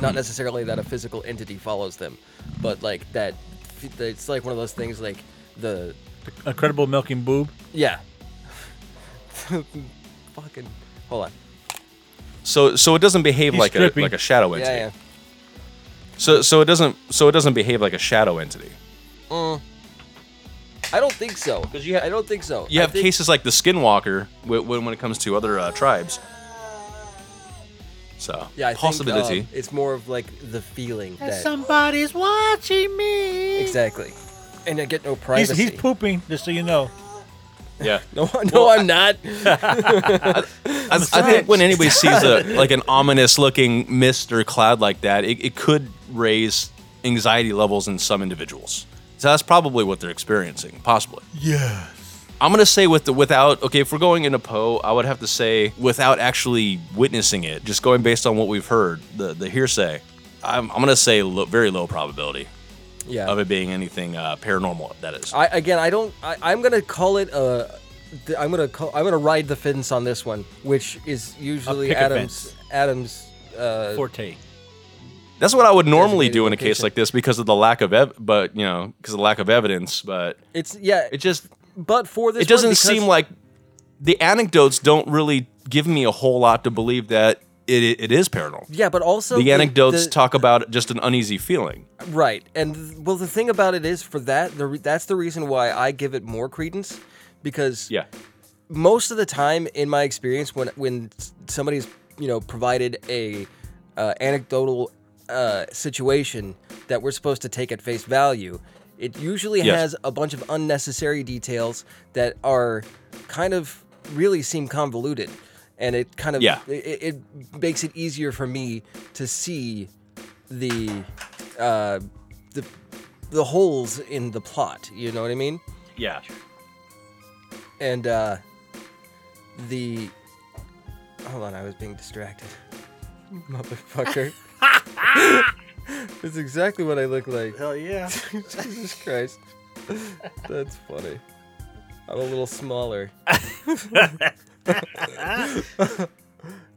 S2: Not necessarily that a physical entity follows them, but like that f- it's like one of those things like the
S3: Incredible milking boob.
S2: yeah, fucking hold on
S1: So so it doesn't behave
S3: He's
S1: like
S3: stripping.
S1: a like a shadow entity.
S2: yeah yeah
S1: So so it doesn't so it doesn't behave like a shadow entity.
S2: I don't think so because you I don't think so
S1: You
S2: I
S1: have
S2: think-
S1: cases like the Skinwalker when when when it comes to other uh, tribes. So
S2: Yeah, I
S1: possibility.
S2: Think, um, it's more of like the feeling that
S3: Somebody's watching me.
S2: exactly, and I get no
S3: He's,
S2: privacy.
S3: he's pooping, just so you know.
S1: yeah.
S2: no, no, I'm not.
S1: I, I think when anybody sees a like an ominous looking mist or cloud like that, it, it could raise anxiety levels in some individuals. So that's probably what they're experiencing, possibly.
S4: Yes.
S1: I'm gonna say with the without. Okay, if we're going into Poe, I would have to say without actually witnessing it, just going based on what we've heard, the the hearsay. I'm, I'm gonna say low, very low probability
S2: Yeah.
S1: of it being anything uh, paranormal. That is.
S2: I again, I don't. I, I'm gonna call it a. th- I'm gonna call. I'm gonna ride the fence on this one, which is usually
S3: picket
S2: Adams.
S3: fence.
S2: Adams. Uh,
S3: Forte.
S1: That's what I would normally
S2: Designated
S1: do in a case
S2: location.
S1: like this because of the lack of, ev- but you know, because of the lack of evidence. But
S2: it's yeah.
S1: it just
S2: but for this,
S1: it doesn't
S2: one, because-
S1: seem like the anecdotes don't really give me a whole lot to believe that it, it is paranormal.
S2: Yeah, but also
S1: the anecdotes
S2: the-
S1: talk about just an uneasy feeling.
S2: Right, and th- well, the thing about it is, for that, the re- that's the reason why I give it more credence, because
S1: Yeah.
S2: most of the time in my experience when when s- somebody's you know provided a uh, anecdotal uh, situation that we're supposed to take at face value it usually
S1: Yes.
S2: has a bunch of unnecessary details that are kind of really seem convoluted and it kind of
S1: Yeah.
S2: i- i- it, it makes it easier for me to see the uh, the the holes in the plot you know what i mean
S1: Yeah.
S2: and uh the hold on i was being distracted motherfucker it's exactly what i look like
S3: Hell yeah.
S2: jesus christ that's funny i'm a little smaller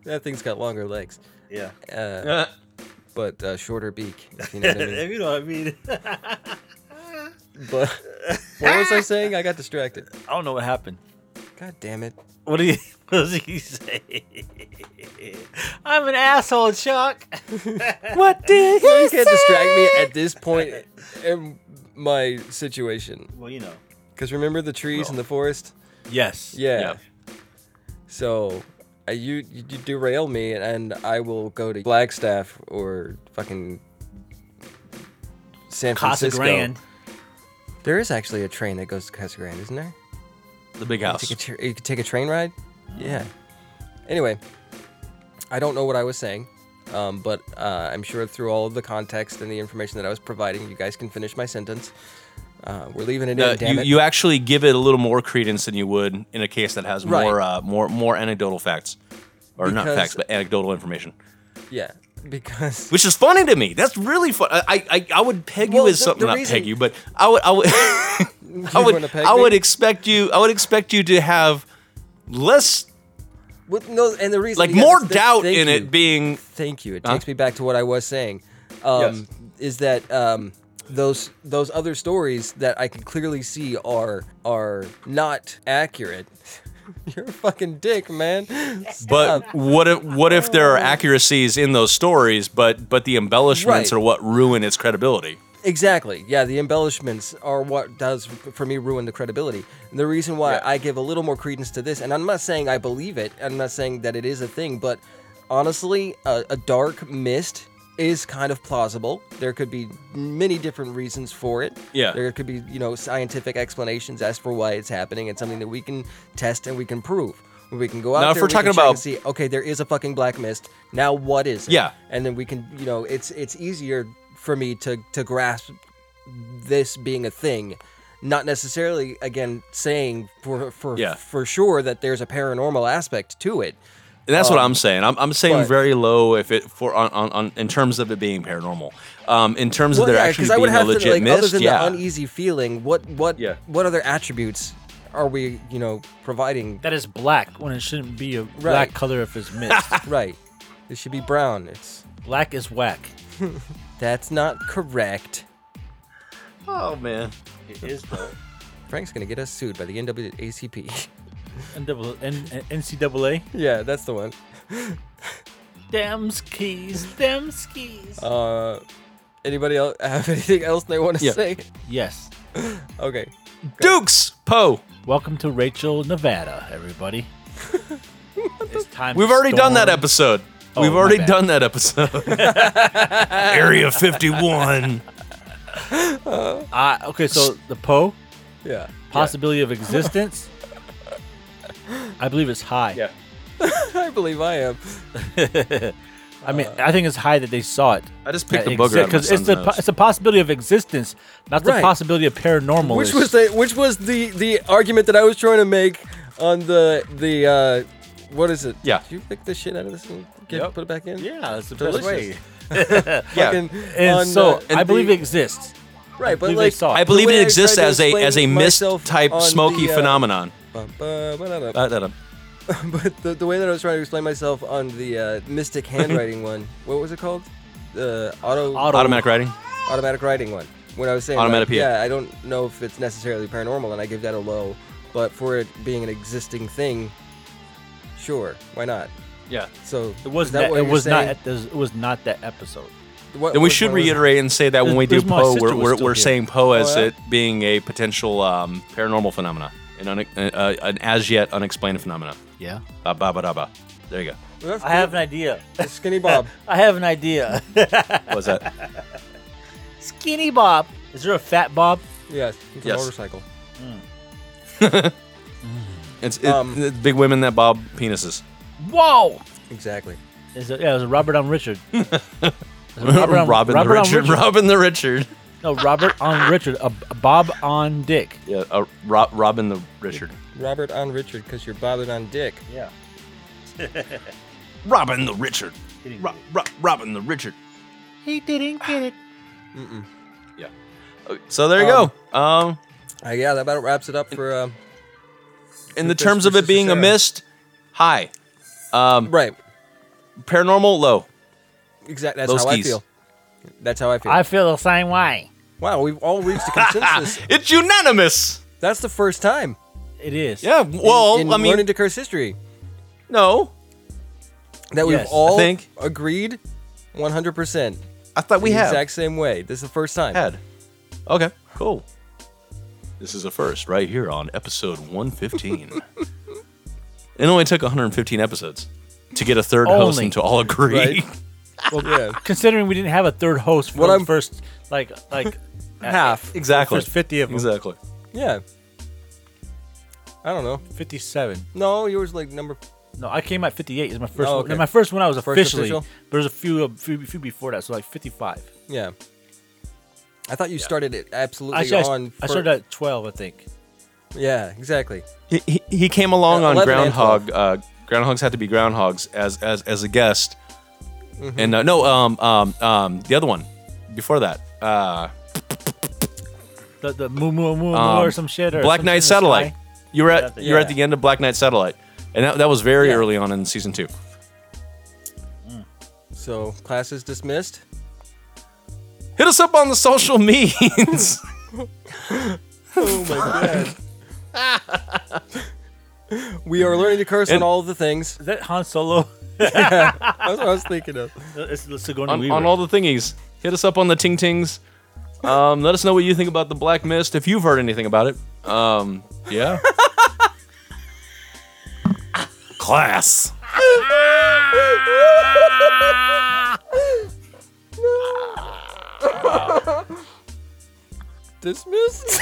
S2: that thing's got longer legs
S3: Yeah.
S2: uh,
S1: Uh,
S2: but uh, shorter beak if you know what i mean
S3: you know what I mean. I
S2: but what was i saying i got distracted
S3: don't know what happened.
S2: god damn it
S3: What do you? What does he say? I'm an asshole, Chuck.
S2: What did he You can't distract me at this point in my situation.
S3: Well, you know.
S2: Because remember the trees in the forest?
S3: Yes.
S2: Yeah.
S1: Yeah.
S2: So I, you, you derail me, and I will go to Flagstaff or fucking San
S3: Casa
S2: Francisco.
S3: Grande.
S2: There is actually a train that goes to Casa Grande, isn't there?
S1: the big
S2: You
S1: house.
S2: could, tr- you could take a train ride? Yeah. Anyway, I don't know what I was saying, um, but uh, I'm sure through all of the context and the information that I was providing, you guys can finish my sentence. Uh, we're leaving it
S1: Uh,
S2: in, damn
S1: you,
S2: it.
S1: you actually give it a little more credence than you would in a case that has
S2: Right.
S1: more uh, more more anecdotal facts, or not
S2: Because-
S1: facts, but anecdotal information,
S2: yeah, because.
S1: which is funny to me. That's really fun. I I, I would peg
S2: Well,
S1: you as
S2: the-
S1: something
S2: the
S1: not
S2: reason-
S1: peg you, but I would I would I
S2: wanna
S1: would
S2: peg
S1: I
S2: me?
S1: would expect you I would expect you to have less
S2: With, no, and the reason.
S1: like
S2: yes,
S1: more
S2: th-
S1: doubt
S2: thank
S1: in
S2: you.
S1: it being
S2: Thank you. It
S1: Huh?
S2: takes me back to what I was saying. Um, Is that um, those those other stories that I can clearly see are are not accurate. You're a fucking dick, man. Stop.
S1: But what if what if there are accuracies in those stories, but but the embellishments
S2: Right.
S1: are what ruin its credibility?
S2: exactly, yeah, the embellishments are what does for me ruin the credibility. And the reason why I give a little more credence to this, and I'm not saying I believe it, I'm not saying that it is a thing, but honestly, a, a dark mist is kind of plausible. There could be many different reasons for it.
S1: Yeah.
S2: There could be, you know, scientific explanations as for why it's happening and something that we can test and we can prove. We can go out
S1: Now, if
S2: there,
S1: we're
S2: we
S1: talking
S2: can check and
S1: about-
S2: see, okay, there is a fucking black mist. Now what is it?
S1: Yeah.
S2: And then we can, you know, it's it's easier for me to to grasp this being a thing. Not necessarily again saying for for
S1: Yeah.
S2: for sure that there's a paranormal aspect to it.
S1: And that's what I'm saying. I'm, I'm saying
S2: Um, but-
S1: very low if it for on, on, on in terms of it being paranormal. Um, in terms of there actually
S2: 'cause
S1: being a legit
S2: like,
S1: mist,
S2: other than
S1: yeah.
S2: the uneasy feeling, what what
S1: Yeah.
S2: what other attributes are we, you know, providing?
S3: That is black when it shouldn't be a black color if it's mixed.
S2: right. It should be brown. It's
S3: black is whack.
S2: that's not correct.
S1: oh man,
S3: It is though.
S2: Frank's gonna get us sued by the NAACP.
S3: NCAA.
S2: yeah, that's the one.
S3: Them skis. Them skis.
S2: Uh, anybody else have anything else they want to
S1: Yeah.
S2: say?
S3: yes.
S2: Okay.
S1: Dukes Poe.
S3: Welcome to Rachel, Nevada, everybody. it's time.
S1: We've
S3: to
S1: already done that
S3: storm.
S1: episode.
S3: Oh,
S1: We've
S3: my
S1: already
S3: bad.
S1: done that episode. Area 51.
S3: Ah, okay, so the Poe
S2: Yeah.
S3: possibility of existence. I believe it's high.
S1: Yeah.
S2: I believe I am.
S3: I mean, I think it's high that they saw it.
S1: I just picked
S3: That
S1: the booger out of my
S3: exist- 'cause it's
S1: son's
S3: the
S1: nose.
S3: po- it's the possibility of existence, not the
S2: Right.
S3: possibility of paranormal.
S2: Which was the which was the the argument that I was trying to make on the the uh, what is it?
S1: Yeah.
S2: Did you pick the shit out of this and get,
S3: Yep.
S2: put it back in.
S3: yeah, it's the
S2: Delicious.
S3: best way.
S1: Yeah.
S2: Fucking
S3: And
S2: on,
S3: so
S2: uh,
S1: and
S3: I believe
S1: the-
S3: it exists.
S2: right, but
S3: believe they
S2: like
S3: saw it.
S1: I believe
S2: way
S1: it
S2: tried
S1: exists
S2: to
S1: as a as a
S2: explain
S1: mist
S2: myself
S1: type
S2: on
S1: smoky
S2: the, uh,
S1: phenomenon.
S2: ba- ba- ba- da- da.
S1: Uh, that, uh,
S2: But the, the way that I was trying to explain myself on the uh, mystic handwriting one, what was it called? The auto,
S3: Auto-
S1: automatic writing.
S2: automatic writing one. When I was saying,
S1: Automatopia.
S2: like, yeah, I don't know if it's necessarily paranormal, and I give that a low. But for it being an existing thing, sure, why not?
S1: Yeah.
S2: So
S3: It was
S2: is that
S3: that.
S2: what
S3: It
S2: you're
S3: was not.
S2: saying?
S3: At this, it was not that episode.
S2: What-
S1: Then we
S2: which
S1: should
S2: one was it?
S1: reiterate and say that when
S3: There's-
S1: we do
S3: there's my
S1: Poe,
S3: sister
S1: we're,
S3: was
S1: we're,
S3: still
S1: we're
S3: here. Oh,
S1: saying Poe as
S2: yeah?
S1: it being a potential um, paranormal phenomena, an, un- uh, uh, an as yet unexplained phenomena.
S3: Yeah,
S1: Ba ba ba da ba. There you go.
S2: Well, that's
S3: I have an
S2: good.
S3: idea.
S2: skinny Bob.
S3: I have an idea.
S1: What's that?
S3: Skinny Bob. Is there a fat Bob?
S2: yes, it's
S1: Yes.
S2: a motorcycle.
S1: It's it,
S2: Um,
S1: it's big women that bob penises.
S3: Whoa.
S2: Exactly.
S3: Is it, yeah, it was a Robert on Richard. It was a Robert on-
S1: Robin
S3: Robert
S1: the
S3: on
S1: Richard. Robin the Richard.
S3: No, Robert on Richard. A, a Bob on Dick.
S1: Yeah. Uh, Ro- Robin the Richard.
S2: Robert on Richard, because you're bothered on Dick.
S3: Yeah.
S1: Robin the Richard. Ro- Ro- Robin the Richard.
S3: He didn't get it.
S1: Yeah. Okay, So there you
S2: Um,
S1: go. Um,
S2: Uh, yeah, that about wraps it up for. Uh,
S1: in the
S2: Sister-
S1: terms of it
S2: Sister
S1: being a
S2: Sarah.
S1: mist, high. Um,
S2: right.
S1: Paranormal, low.
S2: Exactly. That's
S1: Those
S2: how
S1: keys.
S2: I feel. That's how I feel.
S3: I feel the same way.
S2: Wow, we've all reached a consensus.
S1: Ah, It's unanimous.
S2: That's the first time.
S3: It is.
S1: Yeah. Well,
S2: in
S1: I mean,
S2: learning to curse history
S1: no.
S2: that
S3: Yes,
S2: we've
S3: I
S2: all
S1: think.
S2: agreed 100%
S1: I thought we
S2: the
S1: had.
S2: exact same way. This is the first time.
S1: had. Okay. Cool. This is a first right here on episode 115. it only took 115 episodes to get a third host
S3: Only.
S1: and to all agree.
S2: Right? yeah.
S3: Considering we didn't have a third host for
S2: What
S3: the
S2: I'm-
S3: first, like, like
S2: Half.
S1: Exactly.
S3: First 50 of 'em.
S1: Exactly.
S2: Yeah. I don't know.
S3: fifty-seven.
S2: No, yours like number
S3: No, I came at fifty-eight. Is my first.
S2: Oh,
S3: one.
S2: okay.
S3: My first one I was
S2: First
S3: officially.
S2: official?
S3: But there's a few, a few, a few before that, so like fifty-five.
S2: yeah. I thought you started it absolutely
S3: Actually, I,
S2: on.
S3: I
S2: fir-
S3: started at twelve, I think.
S2: Yeah, exactly.
S1: He, he, he came along
S2: Uh,
S1: on
S2: 11 and
S1: Groundhog. Uh, groundhogs had to be groundhogs as as, as a guest. And uh, no, um, um, um, the other one before that, uh,
S3: The the moo moo moo moo or some shit or
S1: Um, Black
S3: some shit in the
S1: Knight
S3: sky.
S1: Satellite. You were at
S3: Yeah.
S1: you were at the end of Black Knight Satellite, and that, that was very early on in season two.
S2: So class is dismissed.
S1: Hit us up on the social medias.
S2: Oh my god. we are learning to curse on
S1: And-
S2: all the things.
S3: Is that Han Solo?
S2: That's what I was thinking of.
S3: it's it's Sigourney
S1: on,
S3: Weaver.
S1: on all the thingies. Hit us up on the ting tings. Um, let us know what you think about the Black Mist if you've heard anything about it. Um, yeah. Class.
S2: Dismissed?